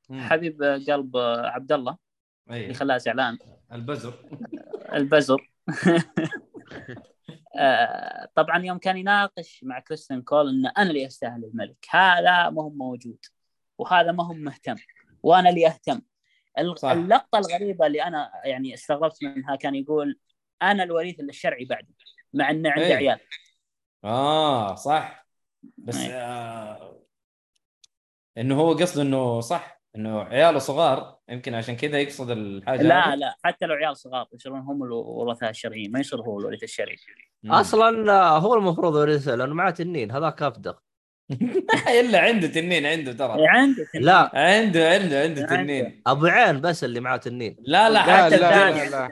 Speaker 4: مم.
Speaker 6: حبيب قلب آه، عبد الله
Speaker 4: أي.
Speaker 6: اللي خلاه زعلان
Speaker 4: إيه، البزر
Speaker 6: البزر آه، طبعا يوم كان يناقش مع كريستن كول ان انا اللي استاهل الملك هذا ما هو موجود وهذا ما هو مهتم وانا اللي اهتم ال-
Speaker 4: صح.
Speaker 6: اللقطه الغريبه اللي انا يعني استغربت منها كان يقول انا الوريث الشرعي بعدي مع انه عنده
Speaker 4: إيه.
Speaker 6: عيال
Speaker 4: اه صح بس
Speaker 6: إيه.
Speaker 4: آه انه هو قصده انه صح انه عياله صغار يمكن عشان كذا يقصد الحاجه
Speaker 6: لا لا حتى لو عيال صغار يصيرون هم الورثه الشرعيين ما يصير هو الوريث الشرعي
Speaker 4: اصلا
Speaker 1: اصلا آه، هو المفروض يورثها لانه معاه تنين هذاك افدق
Speaker 4: الا عنده تنين عنده ترى
Speaker 6: عندك
Speaker 1: لا
Speaker 4: عنده عنده عنده
Speaker 6: عنده.
Speaker 4: تنين
Speaker 1: ابو عين بس اللي معاه تنين
Speaker 4: لا لا
Speaker 3: لا،
Speaker 4: حتى
Speaker 3: لا،
Speaker 4: الدرخ-
Speaker 3: لا، لا.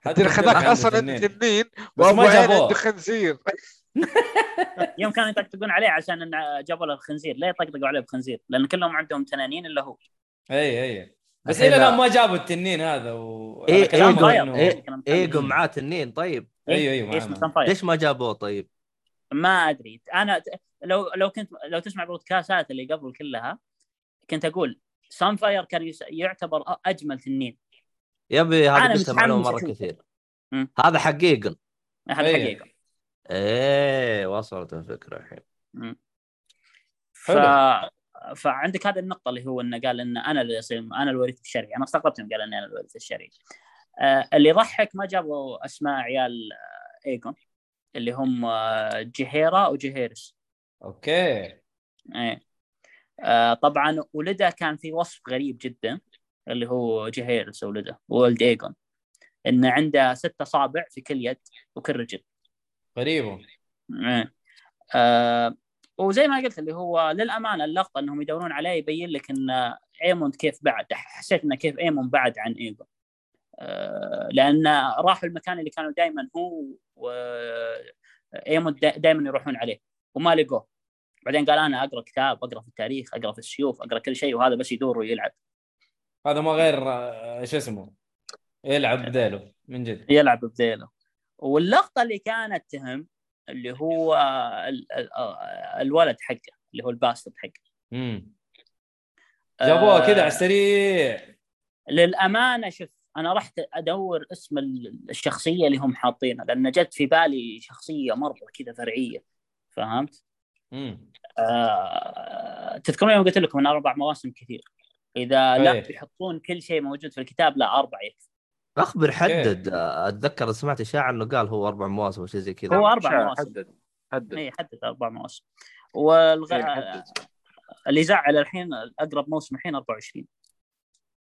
Speaker 4: حتى
Speaker 3: الدرخ
Speaker 4: الدرخ
Speaker 3: هذاك
Speaker 4: عنده
Speaker 3: اصلا
Speaker 4: تنين.
Speaker 3: عنده تنين
Speaker 4: بس
Speaker 3: وابو
Speaker 4: ما
Speaker 3: عين
Speaker 4: جابوه.
Speaker 3: عنده خنزير
Speaker 6: يوم كانوا يطقطقون عليه عشان إن جابوا له الخنزير ليه يطقطقوا عليه بخنزير؟ لان كلهم عندهم تنانين الا هو
Speaker 4: اي اي بس
Speaker 1: الحين
Speaker 4: الى
Speaker 1: لا.
Speaker 4: الان ما جابوا التنين هذا و
Speaker 1: إيه،
Speaker 4: على كلامهم
Speaker 1: إيه،
Speaker 4: إنه-
Speaker 1: إيه،
Speaker 6: كلام ثاني.
Speaker 1: ايجو معاه تنين طيب
Speaker 4: ايوه ايوه
Speaker 6: ايش
Speaker 4: معانا.
Speaker 6: مثلا طيب
Speaker 1: ليش ما جابوه طيب؟
Speaker 6: ما ادري انا ت- لو لو كنت لو تسمع بودكاستات اللي قبل كلها كنت اقول سان فاير كان يس- يعتبر أ- اجمل تنين
Speaker 1: يبي
Speaker 6: أنا
Speaker 1: هذا قلتها
Speaker 6: متحمس
Speaker 1: معلومه مره
Speaker 6: أشوفه.
Speaker 1: كثير
Speaker 6: مم.
Speaker 1: هذا حق ايجن
Speaker 6: هذا
Speaker 4: إيه.
Speaker 6: حقيقه
Speaker 1: ايه وصلت الفكره الحين
Speaker 6: ف... فعندك هذه النقطة اللي هو انه قال ان انا اللي أصير انا الوريث الشرعي، انا استغربت انه قال ان انا الوريث الشرعي. آه اللي يضحك ما جابوا اسماء عيال آه، ايجون اللي هم آه جهيرا وجهيرس.
Speaker 4: اوكي
Speaker 6: ايه آه طبعا ولده كان في وصف غريب جدا اللي هو جهيرس ولده ولد ايجون ان عنده ست اصابع في كل يد وكل رجل.
Speaker 4: غريبه
Speaker 6: إيه. آه وزي ما قلت اللي هو للامانه اللقطه انهم يدورون عليه يبين لك ان ايموند كيف بعد حسيت انه كيف ايموند بعد عن ايجون آه لان راحوا المكان اللي كانوا دائما هو وايموند دائما يروحون عليه وما لقوه بعدين قال انا اقرا كتاب اقرا في التاريخ اقرا في السيوف اقرا كل شيء وهذا بس يدور ويلعب
Speaker 4: هذا ما غير آه، شو اسمه يلعب بداله من جد
Speaker 6: يلعب بذيله واللقطه اللي كانت تهم اللي هو ال- ال- آه، الولد حقه اللي هو الباسترد حقه
Speaker 4: امم جابوها
Speaker 1: آه.
Speaker 4: كذا على السريع
Speaker 6: للامانه آه، شوف انا رحت ادور اسم ال- الشخصيه اللي هم حاطينها لان جت في بالي شخصيه مره كذا فرعيه فهمت؟
Speaker 4: امم
Speaker 6: آه تذكرون يوم قلت لكم ان اربع مواسم كثير اذا لا
Speaker 4: إيه.
Speaker 6: بيحطون كل شيء موجود في الكتاب لا اربع يكفي
Speaker 1: اخبر حدد اتذكر سمعت اشاعه انه قال هو اربع مواسم او شيء زي كذا
Speaker 6: هو أربع
Speaker 5: شا-
Speaker 6: مواسم. إيه،
Speaker 5: حدد
Speaker 4: إيه.
Speaker 5: حدد
Speaker 6: اي حدد اربع مواسم والغ...
Speaker 5: إيه، حدد
Speaker 6: اللي زعل الحين اقرب موسم الحين 24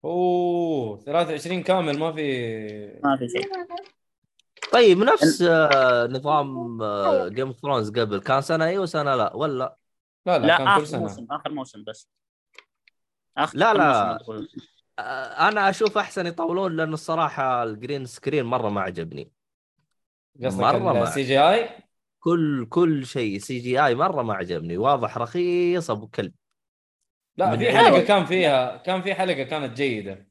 Speaker 4: اوه 23 كامل ما في
Speaker 6: ما في شيء
Speaker 1: طيب نفس آه، نظام آه، جيم اوف ثرونز قبل كان سنه اي وسنه لا ولا
Speaker 4: لا لا,
Speaker 6: لا
Speaker 1: آه،
Speaker 4: كان
Speaker 6: اخر
Speaker 4: كل سنه
Speaker 6: موسم اخر موسم بس اخر
Speaker 1: لا، لا.
Speaker 6: موسم اللي هو-
Speaker 1: آه، انا اشوف احسن يطولون لانه الصراحه الجرين سكرين مره ما عجبني مرة
Speaker 4: قصدك
Speaker 1: ما-
Speaker 4: السي جي اي
Speaker 1: كل كل شيء سي جي اي مره ما عجبني واضح رخيص ابو كلب
Speaker 4: لا
Speaker 1: من
Speaker 4: في
Speaker 1: أول.
Speaker 4: حلقه كان فيها كان في حلقه كانت جيده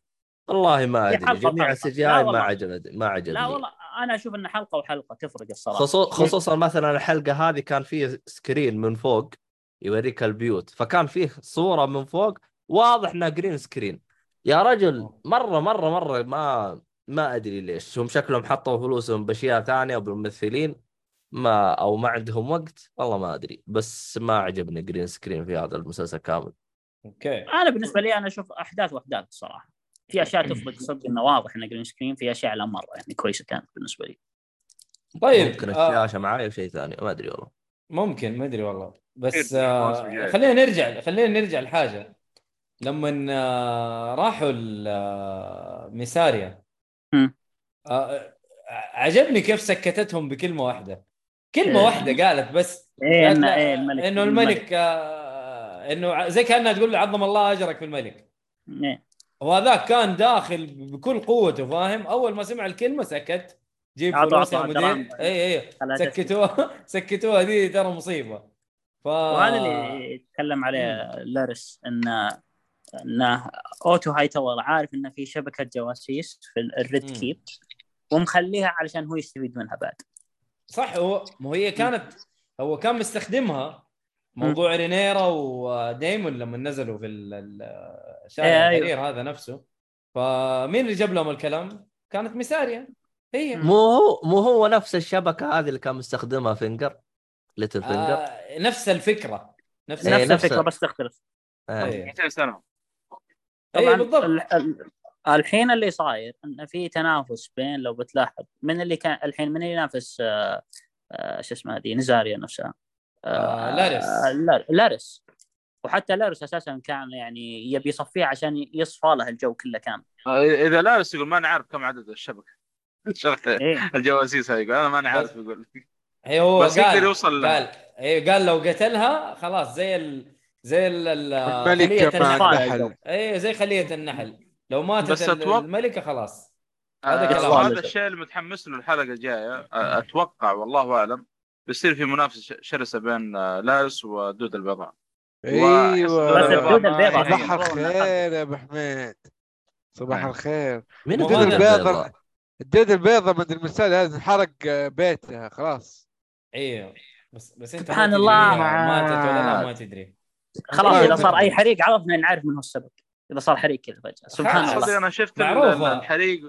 Speaker 1: والله ما
Speaker 6: في
Speaker 1: ادري
Speaker 6: حلقة
Speaker 1: جميع
Speaker 6: طبعاً.
Speaker 1: السي جي
Speaker 6: لا
Speaker 1: اي ما
Speaker 6: والله.
Speaker 1: عجبني ما عجبني
Speaker 6: لا والله انا اشوف ان حلقه وحلقه تفرق يعني الصراحه
Speaker 1: خصو- خصوصا مثلا الحلقه هذه كان فيه سكرين من فوق يوريك البيوت فكان فيه صوره من فوق واضح انها جرين سكرين يا رجل مره مره مره ما ما ادري ليش هم شكلهم حطوا فلوسهم باشياء ثانيه وبالممثلين ما او ما عندهم وقت والله ما ادري بس ما عجبني جرين سكرين في هذا المسلسل كامل
Speaker 4: اوكي
Speaker 6: انا بالنسبه لي انا اشوف احداث واحداث الصراحه في اشياء تفرق صدق انه واضح انه جرين سكرين في اشياء لا مره يعني كويسه كانت بالنسبه لي
Speaker 4: طيب
Speaker 1: ممكن
Speaker 4: آه،
Speaker 1: الشاشه معاي وشيء ثاني ما ادري والله
Speaker 4: ممكن ما ادري والله بس
Speaker 5: خير،
Speaker 4: آه،
Speaker 5: مواسم جاية.
Speaker 4: خلينا نرجع خلينا نرجع لحاجه لما آه، راحوا ال- آه، ميساريا
Speaker 6: مم.
Speaker 4: آه، عجبني كيف سكتتهم بكلمه واحده كلمه
Speaker 6: إيه.
Speaker 4: واحده قالت بس
Speaker 6: ايه
Speaker 4: قالت
Speaker 6: انه
Speaker 4: لا،
Speaker 6: ايه الملك
Speaker 4: انه إيه، الملك آه، انه ع- زي كانها تقول له عظم الله اجرك في الملك
Speaker 6: إيه.
Speaker 4: وهذاك كان داخل بكل قوته فاهم اول ما سمع الكلمه سكت جيب إيه،
Speaker 6: عطوا-
Speaker 4: فلوس يا
Speaker 6: عطوا
Speaker 4: مدير
Speaker 6: درام.
Speaker 4: اي اي
Speaker 6: خلاها تسكت.
Speaker 4: سكتوها سكتوها هذه ترى مصيبه ف
Speaker 6: وهذا اللي يتكلم عليه لارس انه انه اوتو هاي تاور عارف انه في شبكه جواسيس في ال- الريد
Speaker 4: مم.
Speaker 6: كيب ومخليها علشان هو يستفيد منها بعد
Speaker 4: صح هو ما هي كانت هو كان مستخدمها موضوع رينيرا ودايمون لما نزلوا في ال- ال- شارع
Speaker 6: إيه، أيوه.
Speaker 4: الحرير هذا نفسه فمين اللي جاب لهم الكلام؟ كانت ميساريا هي
Speaker 1: مو هو مو هو نفس الشبكه هذه اللي كان مستخدمها فينجر ليتل فينجر
Speaker 4: آه نفس الفكره نفس
Speaker 1: إيه،
Speaker 6: نفس
Speaker 1: نفس-
Speaker 6: الفكره بس تختلف
Speaker 1: آه.
Speaker 4: إيه.
Speaker 5: 200 سنه
Speaker 4: اي
Speaker 6: طبعا
Speaker 4: إيه، بالضبط
Speaker 6: ال- ال- الحين اللي صاير ان في تنافس بين لو بتلاحظ من اللي كان الحين من اللي ينافس آه، آه، شو اسمها هذه نزاريا نفسها
Speaker 4: آه، لارس.
Speaker 6: لار- لارس وحتى لارس اساسا كان يعني يبي يصفيه عشان يصفى له الجو كله كامل
Speaker 5: آه، اذا لابس يقول ما انا عارف كم عدد الشبكه شغله
Speaker 6: إيه.
Speaker 5: الجواسيس هاي يقول انا ما انا عارف يقول
Speaker 4: هي إيه، هو
Speaker 5: بس
Speaker 4: قال
Speaker 5: يقدر يوصل لها.
Speaker 4: قال اي قال لو قتلها خلاص زي ال... زي ال... ال- خليه
Speaker 3: الملكة مع
Speaker 4: النحل
Speaker 6: النحل.
Speaker 3: النحل
Speaker 4: اي زي خليه النحل لو ماتت
Speaker 5: بس
Speaker 4: ال-
Speaker 5: أتوقع-
Speaker 4: الملكه خلاص هذا
Speaker 5: هذا
Speaker 4: كلام.
Speaker 5: آه، هذا الشيء اللي متحمس له الحلقه الجايه آه، اتوقع والله اعلم بيصير في منافسه ش- شرسه بين آه، لارس ودود البيضاء
Speaker 3: ايوه
Speaker 6: بس الدودة البيضاء
Speaker 3: صباح
Speaker 6: هي.
Speaker 3: الخير يا ابو حميد صباح
Speaker 1: نعم.
Speaker 3: الخير
Speaker 1: مين
Speaker 4: مو
Speaker 1: الدودة
Speaker 4: هذا
Speaker 1: البيضاء؟
Speaker 3: الديد البيضة من المثال هذا انحرق آه، بيتها خلاص
Speaker 4: ايوه بس بس انت ما
Speaker 6: سبحان
Speaker 4: تدري
Speaker 6: الله.
Speaker 4: هي ماتت ولا لا ما تدري
Speaker 6: خلاص
Speaker 3: طيب.
Speaker 6: اذا صار اي حريق عرفنا نعرف من هو السبب اذا صار حريق كذا فجاه سبحان
Speaker 4: خلاص.
Speaker 5: صدق
Speaker 6: الله
Speaker 5: انا شفت ال-
Speaker 4: معروفة.
Speaker 5: ال- الحريق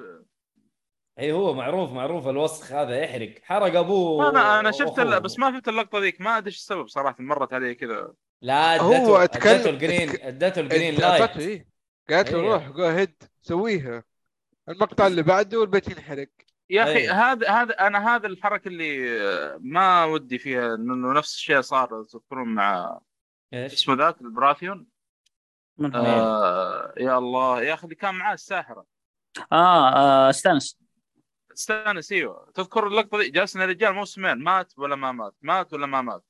Speaker 4: اي إيه، هو معروف معروف الوسخ هذا يحرق حرق ابوه
Speaker 5: انا انا شفت ال-
Speaker 4: وأخوه.
Speaker 5: بس ما شفت اللقطه ذيك ما ادري ايش السبب صراحه مرت علي كذا
Speaker 4: لا ادته
Speaker 3: هو أتكلم-
Speaker 4: ادته الجرين ادته الجرين
Speaker 3: أعطته
Speaker 4: لايت
Speaker 3: إيه. قالت له
Speaker 4: إيه.
Speaker 3: روح جو هيد سويها المقطع اللي بعده والبيت ينحرق
Speaker 5: يا اخي
Speaker 4: أي.
Speaker 5: هذا هذا انا هذا الحركه اللي آه، ما ودي فيها انه نفس الشيء صار تذكرون مع
Speaker 4: ايش
Speaker 5: اسمه ذاك البراثيون
Speaker 4: إيه.
Speaker 6: من هو؟ اه,
Speaker 5: آه يا الله يا اخي اللي كان معاه الساحره
Speaker 6: آه استانس
Speaker 5: استانس ايوه تذكر اللقطه دي جالسين الرجال موسمين مات ولا ما مات مات ولا ما مات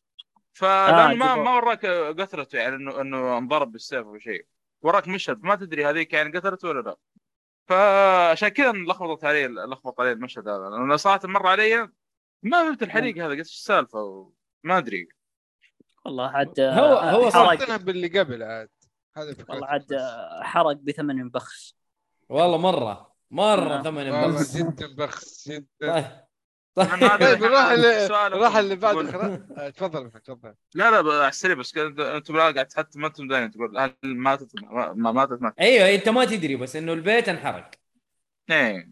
Speaker 5: فلانه
Speaker 6: آه،
Speaker 5: ما
Speaker 6: تبغى-
Speaker 5: ما وراك قتلته يعني انه انه انضرب بالسيف او شيء وراك مشهد ما تدري هذيك يعني قتلته ولا لا فعشان كذا لخبطت علي لخبط علي المشهد هذا لانه صراحه مر علي ما فهمت الحريق هذا قلت ايش السالفه و- ما ادري
Speaker 6: والله عاد آه،
Speaker 4: هو- هو صار
Speaker 6: حرق
Speaker 3: حطينا باللي قبل عاد هذا فكرة
Speaker 6: والله عاد
Speaker 3: بس.
Speaker 6: آه، حرق بثمن بخس
Speaker 4: والله مره مره
Speaker 6: آه.
Speaker 4: ثمن
Speaker 3: والله
Speaker 4: بس
Speaker 3: جدا بخس جدا
Speaker 4: طيب
Speaker 3: طيب نروح ل-
Speaker 5: السؤال
Speaker 3: نروح اللي بعده
Speaker 5: يقول-
Speaker 3: خلاص آه، تفضل تفضل
Speaker 5: لا لا بقى على السريع بس كده انتم لا قاعد حتى ما انتم دايرين تقول هل ماتت ما ما- ماتت ماتت
Speaker 4: ايوه انت ما تدري بس انه البيت انحرق
Speaker 5: ايه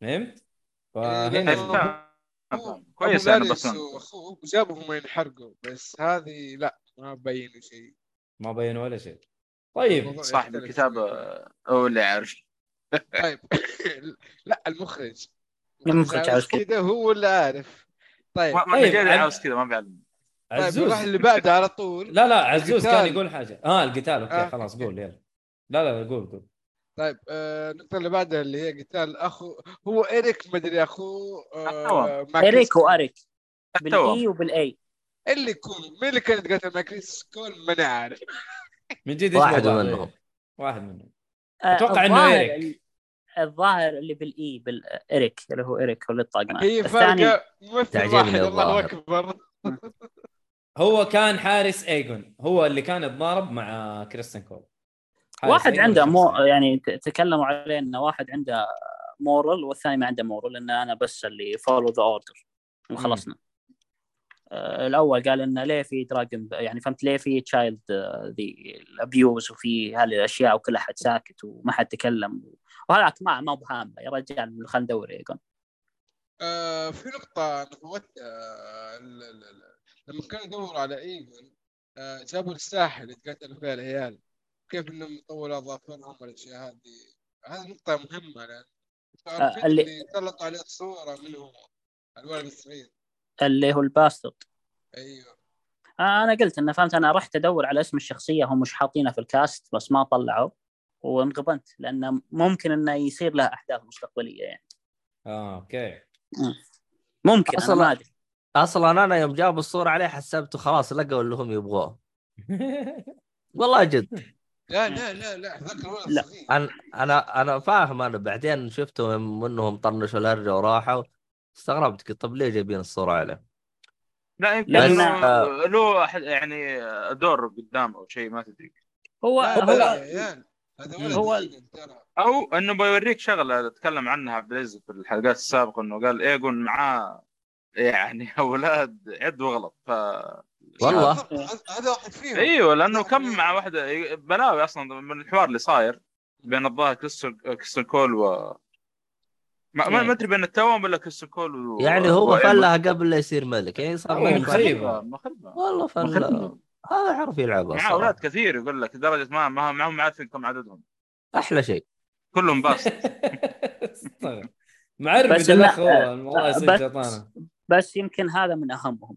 Speaker 4: فهمت؟ آه،
Speaker 3: إيه.
Speaker 4: فهنا
Speaker 5: فاهم. كويس
Speaker 3: أبو
Speaker 5: يعني
Speaker 3: لاريس
Speaker 5: بس
Speaker 3: واخوه جابهم ينحرقوا بس هذه لا ما بينوا شيء
Speaker 4: ما بين ولا شيء طيب
Speaker 3: الموضوع
Speaker 5: صاحب
Speaker 3: يختلف
Speaker 5: الكتاب
Speaker 3: شوي.
Speaker 5: آه، هو اللي عارف
Speaker 3: طيب لا المخرج
Speaker 6: المخرج عاوز كده.
Speaker 3: كذا هو اللي عارف طيب
Speaker 5: ما ما
Speaker 4: طيب،
Speaker 5: الرجال
Speaker 4: عن-
Speaker 5: عاوز كذا ما بيعلم
Speaker 3: طيب
Speaker 4: عزوز
Speaker 3: نروح اللي بعده على طول
Speaker 4: لا لا عزوز كان
Speaker 3: القتال.
Speaker 4: يقول حاجه اه القتال
Speaker 3: آه.
Speaker 4: اوكي خلاص قول يلا لا لا قول قول
Speaker 3: طيب آه، النقطة اللي بعدها اللي هي قتال أخو هو إريك مدري أخوه آه،
Speaker 5: أخوه.
Speaker 3: مع كريس
Speaker 6: اريك
Speaker 3: كول.
Speaker 6: واريك
Speaker 5: التوأم
Speaker 6: بالاي وبالاي
Speaker 3: اللي يكون مين اللي كانت قتل مع كريس كول ما أنا عارف
Speaker 4: من جد
Speaker 1: واحد
Speaker 4: يشبه بعض،
Speaker 1: منهم.
Speaker 4: إيه. واحد منهم
Speaker 6: آه،
Speaker 4: أتوقع إنه
Speaker 6: الظاهر
Speaker 4: إيريك.
Speaker 6: اللي- الظاهر اللي بالاي بالاريك اللي هو اريك هو اللي طاق معه
Speaker 3: هي
Speaker 6: الثاني
Speaker 3: فارقة ممثل
Speaker 1: تعجبني
Speaker 3: واحد الله
Speaker 1: الظاهر.
Speaker 3: أكبر
Speaker 4: هو كان حارس ايجون هو اللي كان يتضارب مع كريستن كول حارس
Speaker 6: واحد
Speaker 4: إيجون
Speaker 6: عنده مو
Speaker 4: شخصياً.
Speaker 6: يعني ت- تكلموا عليه انه واحد عنده مورال والثاني ما عنده مورال ان انا بس اللي فولو ذا اوردر وخلصنا آه، الاول قال انه ليه في دراجون يعني فهمت ليه في تشايلد ذي الابيوز وفي هالاشياء وكل احد ساكت وما حد تكلم وهذاك ما ما بهامه يا رجال خلينا ندور ايجون
Speaker 3: آه، في نقطة أنا فوتها آه، ال- ال- ال- لما كانوا يدوروا على إيفن آه، جابوا الساحل يتقاتلوا فيها العيال كيف إنهم طولوا أظافرهم والأشياء هذه هذه نقطة مهمة لأن
Speaker 1: آه،
Speaker 3: تعرف
Speaker 6: اللي-
Speaker 3: اللي طلقوا عليه صورة منهم الولد الصغير
Speaker 6: اللي هو الباسترد
Speaker 3: أيوه
Speaker 6: آه، انا قلت انه فهمت انا رحت ادور على اسم الشخصيه هم مش حاطينه في الكاست بس ما طلعوا وانغبنت لانه ممكن انه يصير لها احداث مستقبليه يعني
Speaker 4: اه اوكي
Speaker 6: ممكن انا
Speaker 1: أصلاً-
Speaker 6: ما ادري
Speaker 1: اصلا انا يوم جابوا الصوره عليه حسبته خلاص لقوا اللي هم يبغوه والله جد
Speaker 3: لا لا لا لا ذاك الولد
Speaker 6: لا.
Speaker 3: الصغير
Speaker 1: انا انا انا فاهم انا بعدين شفتهم انهم طنشوا الهرجه وراحوا استغربت قلت طب ليه جايبين الصوره عليه؟
Speaker 5: لا يمكن
Speaker 6: لأن-
Speaker 5: إنه له أحد- يعني آه، دور قدام او شيء ما تدري
Speaker 6: هو
Speaker 3: لا،
Speaker 6: هو
Speaker 3: لا، يا عيال. هذا ولد
Speaker 6: هو-
Speaker 3: صغير ترى
Speaker 5: او انه بيوريك شغله تكلم عنها بليز في الحلقات السابقه انه قال ايجون معاه يعني اولاد عد وغلط ف
Speaker 1: والله.
Speaker 3: هذا- هذا واحد فيهم
Speaker 5: ايوه لانه كم مع واحده بلاوي اصلا من الحوار اللي صاير بين الظاهر كريستون كريستون كول و ما ما- ما ادري بين التوام ولا كريستون كول و...
Speaker 1: يعني هو
Speaker 5: و-
Speaker 1: فلها قبل لا يصير ملك يعني صار
Speaker 4: والله
Speaker 1: ملك بعد.
Speaker 4: مخيب.
Speaker 5: مخربة مخربة
Speaker 1: والله فلا
Speaker 5: مخربة
Speaker 1: هذا يعرف يلعب
Speaker 5: مع
Speaker 1: أصلاً.
Speaker 5: اولاد كثير يقول لك لدرجه ما ما ما هم عارفين كم عددهم
Speaker 1: احلى شيء
Speaker 5: كلهم باص
Speaker 4: استغرب. معرب
Speaker 6: بس
Speaker 4: ذا
Speaker 6: إنه-
Speaker 4: الاخ والله والله يصير
Speaker 6: بس-
Speaker 4: شيطانه
Speaker 6: بس يمكن هذا من اهمهم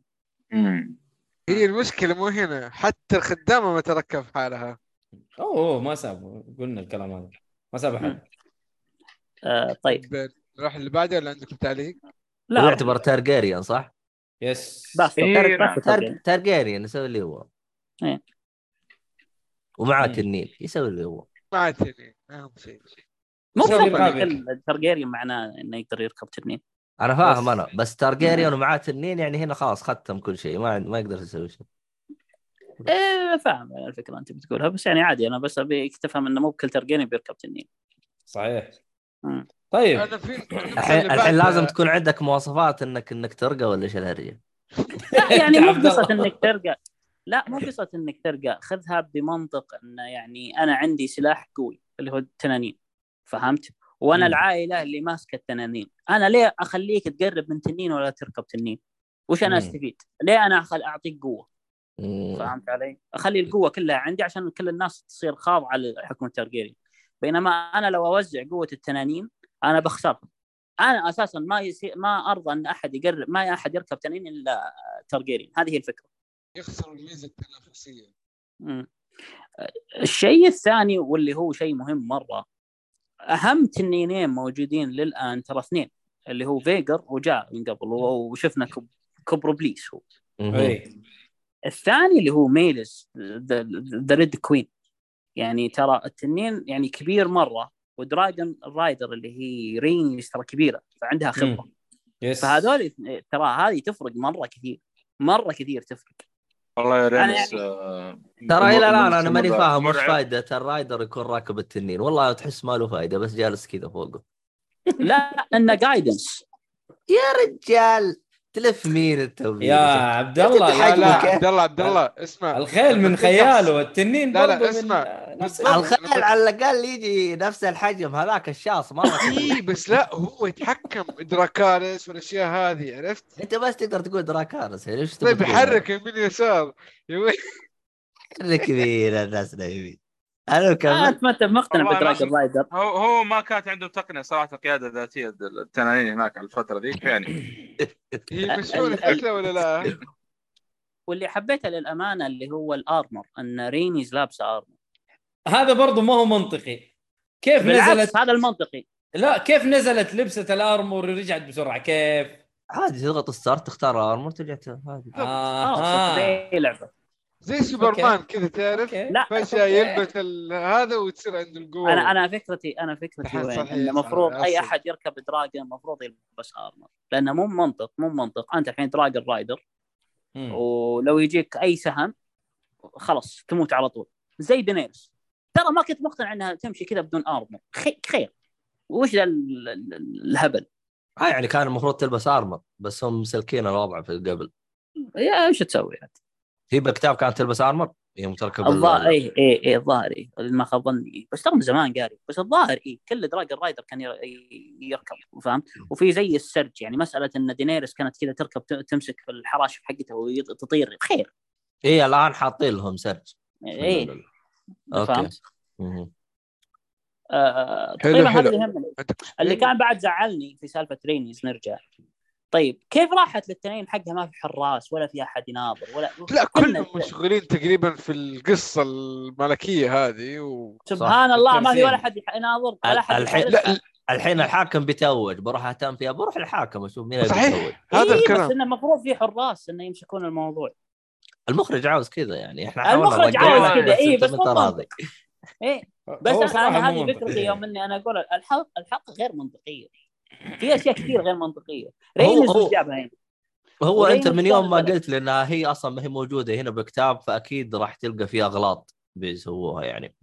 Speaker 3: هي المشكلة مو هنا حتى الخدامة ما تركب حالها
Speaker 4: اوه أوه، ما ساب قلنا الكلام هذا ما ساب احد
Speaker 6: آه طيب
Speaker 3: بين- نروح اللي بعده ولا عندكم تعليق؟
Speaker 1: لا
Speaker 6: لا
Speaker 1: يعتبر تارجيريان صح؟
Speaker 4: يس
Speaker 6: باسترد
Speaker 5: إيه،
Speaker 6: إيريك
Speaker 5: نعم.
Speaker 6: باسترد
Speaker 1: تار...
Speaker 6: يعني.
Speaker 1: تارجيريان يسوي اللي هو
Speaker 6: إيه.
Speaker 1: ومعاه
Speaker 4: مم.
Speaker 1: تنين يسوي اللي هو
Speaker 3: ما عاد تدري اهم شيء
Speaker 6: مو
Speaker 4: يسوي
Speaker 6: بشرط
Speaker 4: رقابة.
Speaker 6: كل ترجيريان معناه انه يقدر يركب تنين
Speaker 1: انا فاهم
Speaker 4: بس-
Speaker 1: انا بس تارجيريان ومعاه تنين يعني هنا خلاص ختم كل شيء ما عند- ما يقدر يسوي شيء
Speaker 6: إيه فاهم الفكره انت بتقولها بس يعني عادي انا بس ابيك تفهم انه مو بكل ترجيريان بيركب تنين
Speaker 4: صحيح
Speaker 6: مم.
Speaker 4: طيب
Speaker 3: انا في
Speaker 1: الحين الحين لازم تكون عندك مواصفات انك انك ترقى ولا ايش الهرجه؟
Speaker 6: لا يعني مو
Speaker 4: عبد الله.
Speaker 6: قصة انك ترقى لا مو قصة انك ترقى خذها بمنطق انه يعني انا عندي سلاح قوي اللي هو التنانين فهمت؟ وانا
Speaker 4: مم.
Speaker 6: العائلة اللي ماسكة التنانين، انا ليه اخليك تقرب من تنين ولا تركب تنين؟ وش انا
Speaker 4: مم.
Speaker 6: استفيد؟ ليه انا أخل اعطيك قوة؟
Speaker 1: مم.
Speaker 6: فهمت علي؟ اخلي القوة كلها عندي عشان كل الناس تصير خاضعة لحكم الترجيري. بينما انا لو اوزع قوة التنانين انا بخسر. انا اساسا ما يصير ما ارضى ان احد يقرب ما احد يركب تنين الا ترجيري، هذه هي الفكرة.
Speaker 3: يخسر الميزه التنافسيه
Speaker 6: مم. الشيء الثاني واللي هو شيء مهم مره اهم تنينين موجودين للان ترى اثنين اللي هو فيجر وجاء من قبل و- وشفنا كب... كبر ابليس هو
Speaker 1: مم.
Speaker 4: اي
Speaker 6: الثاني اللي هو ميلس ذا ريد كوين يعني ترى التنين يعني كبير مره ودراجون رايدر اللي هي رينج ترى كبيره فعندها خبره
Speaker 4: يس
Speaker 6: فهذول ترى هذه تفرق مره كثير مره كثير تفرق
Speaker 5: والله يا رينس
Speaker 6: يعني-
Speaker 5: آه،
Speaker 1: ترى الى الان انا
Speaker 5: مرعب.
Speaker 1: ماني فاهم وش
Speaker 5: مرعب.
Speaker 1: فائده الرايدر يكون راكب التنين والله تحس ما له فائده بس جالس كذا فوقه
Speaker 6: لا انه جايدنس
Speaker 1: يا رجال تلف مين انت
Speaker 4: يا عبد الله لا
Speaker 1: تضحك
Speaker 4: لا
Speaker 1: لك.
Speaker 3: عبد الله عبد الله اسمع
Speaker 4: الخيل من خياله التنين
Speaker 3: لا، لا،
Speaker 4: برضو من-
Speaker 3: اسمع.
Speaker 4: نفس-
Speaker 3: بالضبط.
Speaker 1: الخيل على الاقل يجي نفس الحجم هذاك الشاص مره
Speaker 3: اي إيه، بس لا هو يتحكم دراكارس والاشياء هذه عرفت؟
Speaker 1: انت بس تقدر تقول دراكارس يعني ايش تبغى
Speaker 3: طيب
Speaker 1: تقول؟
Speaker 3: يحرك يمين يسار يمين
Speaker 1: حرك كبير الناس نايمين انا
Speaker 6: آه،
Speaker 1: كمل
Speaker 6: انت ما انت مقتنع
Speaker 5: والله
Speaker 6: بدراجون
Speaker 5: لازم-
Speaker 6: رايدر
Speaker 5: هو هو ما كانت عنده تقنيه صراحه القياده الذاتيه التنانين هناك على الفتره ذيك يعني
Speaker 3: هي مسؤولة شكله ولا لا؟
Speaker 6: واللي حبيته للامانه اللي هو الارمر ان رينيز لابسه ارمر
Speaker 4: هذا برضو ما هو منطقي كيف نزلت
Speaker 6: بالعكس هذا المنطقي
Speaker 4: لا كيف نزلت لبسه الارمور ورجعت بسرعه كيف؟
Speaker 1: عادي تضغط ستارت تختار ارمور ترجع ت- عادي
Speaker 6: خلاص
Speaker 4: آه.
Speaker 6: آه. لعبه
Speaker 3: زي سوبرمان كذا تعرف
Speaker 4: أوكي.
Speaker 6: لا
Speaker 3: فجأة يلبس ال- هذا وتصير عنده القوة
Speaker 6: انا انا فكرتي انا فكرتي
Speaker 3: صحيح،
Speaker 6: وين
Speaker 3: صحيح،
Speaker 6: انه
Speaker 3: صحيح.
Speaker 6: المفروض اي
Speaker 3: أصل.
Speaker 6: احد يركب دراجون المفروض يلبس ارمر لانه مو منطق مو منطق انت الحين دراجون رايدر
Speaker 4: مم.
Speaker 6: ولو يجيك اي سهم خلاص تموت على طول زي دينيرس ترى ما كنت مقتنع انها تمشي كذا بدون ارمر خي- خير وش ذا ال- ال- ال- الهبل
Speaker 1: آه يعني كان المفروض تلبس ارمر بس هم مسلكين الوضع في قبل
Speaker 6: يا ايش تسوي
Speaker 1: هي بالكتاب كانت تلبس ارمر يوم تركب ال-
Speaker 6: الظاهر اي اي اي إيه، الظاهر اي ما خاب ظني إيه. بس ترى من زمان قاري بس الظاهر اي كل دراجون رايدر كان ير- ي- يركب فهمت وفي زي السرج يعني مساله ان دينيرس كانت كذا تركب ت- تمسك في الحراشف حقتها وتطير خير
Speaker 1: اي الان إيه، حاطين لهم سرج
Speaker 6: اي
Speaker 1: ال- اوكي
Speaker 6: إيه، فهمت
Speaker 1: مهم.
Speaker 6: آه
Speaker 3: حلو،
Speaker 6: تقريبا
Speaker 3: حلو.
Speaker 6: هذا اللي يهمني اللي كان بعد زعلني في سالفه رينيز نرجع طيب كيف راحت للتنين حقها ما في حراس ولا في احد يناظر ولا
Speaker 3: لا
Speaker 6: كنا-
Speaker 3: كلهم مشغولين تقريبا في القصة الملكية هذه و...
Speaker 6: سبحان الله ما في ولا
Speaker 4: بالتمثيل.
Speaker 6: حد يناظر
Speaker 1: ال-
Speaker 6: ولا حد
Speaker 1: الحين-
Speaker 6: يحرك.
Speaker 3: لا
Speaker 1: الحين الحاكم بيتوج بروح اهتم فيها بروح الحاكم اشوف مين اللي
Speaker 3: صحيح.
Speaker 1: بيتوج
Speaker 3: هذا
Speaker 6: إيه،
Speaker 3: الكلام
Speaker 6: بس انه المفروض في حراس انه يمسكون الموضوع
Speaker 1: المخرج عاوز كذا يعني احنا
Speaker 6: المخرج
Speaker 1: حاولنا نوقفك،
Speaker 5: عاوز كذا،
Speaker 1: بس
Speaker 6: إيه،
Speaker 1: أنت
Speaker 6: بس
Speaker 1: ما أنت
Speaker 6: مو
Speaker 1: راضي
Speaker 6: ايه بس
Speaker 4: هو
Speaker 6: انا
Speaker 4: صراحة
Speaker 6: أنا
Speaker 4: مو
Speaker 6: هذه
Speaker 4: منطقي. يعني.
Speaker 6: فكرتي يوم اني انا اقول الحلقه الحلقه غير منطقيه في اشياء كثير غير منطقيه
Speaker 1: هو-
Speaker 6: رينز
Speaker 1: هو-
Speaker 6: وش جابها هنا
Speaker 1: هو
Speaker 6: ولين
Speaker 1: انت من يوم ما
Speaker 6: البلد.
Speaker 1: قلت لي انها هي اصلا ما هي موجوده هنا بكتاب فاكيد راح تلقى فيها اغلاط بيسووها يعني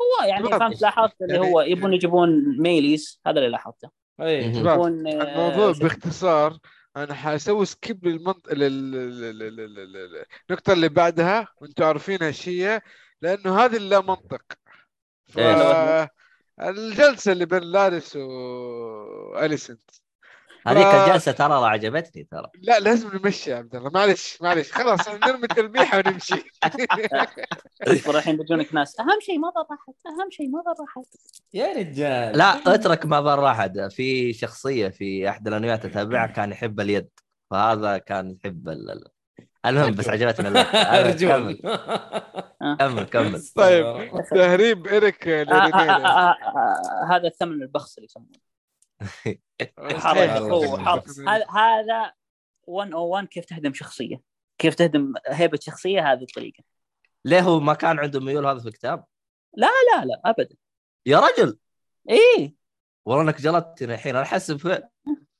Speaker 6: هو يعني
Speaker 3: بالضبط.
Speaker 6: فهمت لاحظت اللي
Speaker 3: يعني-
Speaker 6: هو يبون يجيبون ميليس هذا اللي لاحظته
Speaker 4: أي.
Speaker 1: مهم.
Speaker 6: يبون آه،
Speaker 3: الموضوع
Speaker 6: شو اسمه؟
Speaker 3: باختصار انا حاسوي سكيب للمنطقه للنقطه اللي بعدها وانتم عارفين هالشيء لانه هذه اللا منطق ف-
Speaker 1: إيه.
Speaker 3: الجلسه اللي بين لاريس واليسنت
Speaker 1: هذيك
Speaker 3: آه.
Speaker 1: الجلسه ترى لا عجبتني ترى
Speaker 3: لا لازم نمشي يا عبد الله معلش معلش خلاص إحنا نرمي التلميحه ونمشي
Speaker 6: يصبر الحين بيجونك ناس اهم شيء ما ضر احد اهم شيء ما ضر احد
Speaker 4: يا رجال
Speaker 1: لا اترك ما ضر احد في شخصيه في احد الانميات اتابعها كان يحب اليد فهذا كان يحب ال... ال- المهم بس عجبتني اللقطة. أنا- كمل
Speaker 4: رجول
Speaker 1: كمل كمل
Speaker 3: طيب تهريب اريك
Speaker 6: آه، آه، آه،
Speaker 3: لرينيرا.
Speaker 6: آه، آه، هذا الثمن البخس اللي يسمونه حرب
Speaker 4: حركة،
Speaker 3: إيه.
Speaker 6: قوه حرب هذا- هذا 101 كيف تهدم شخصيه كيف تهدم هيبه شخصيه هذه الطريقه
Speaker 1: ليه هو ما كان عنده ميول هذا في الكتاب
Speaker 6: لا لا ابدا
Speaker 1: يا رجل
Speaker 6: ايه
Speaker 1: والله انك جلطتني الحين انا احس بف-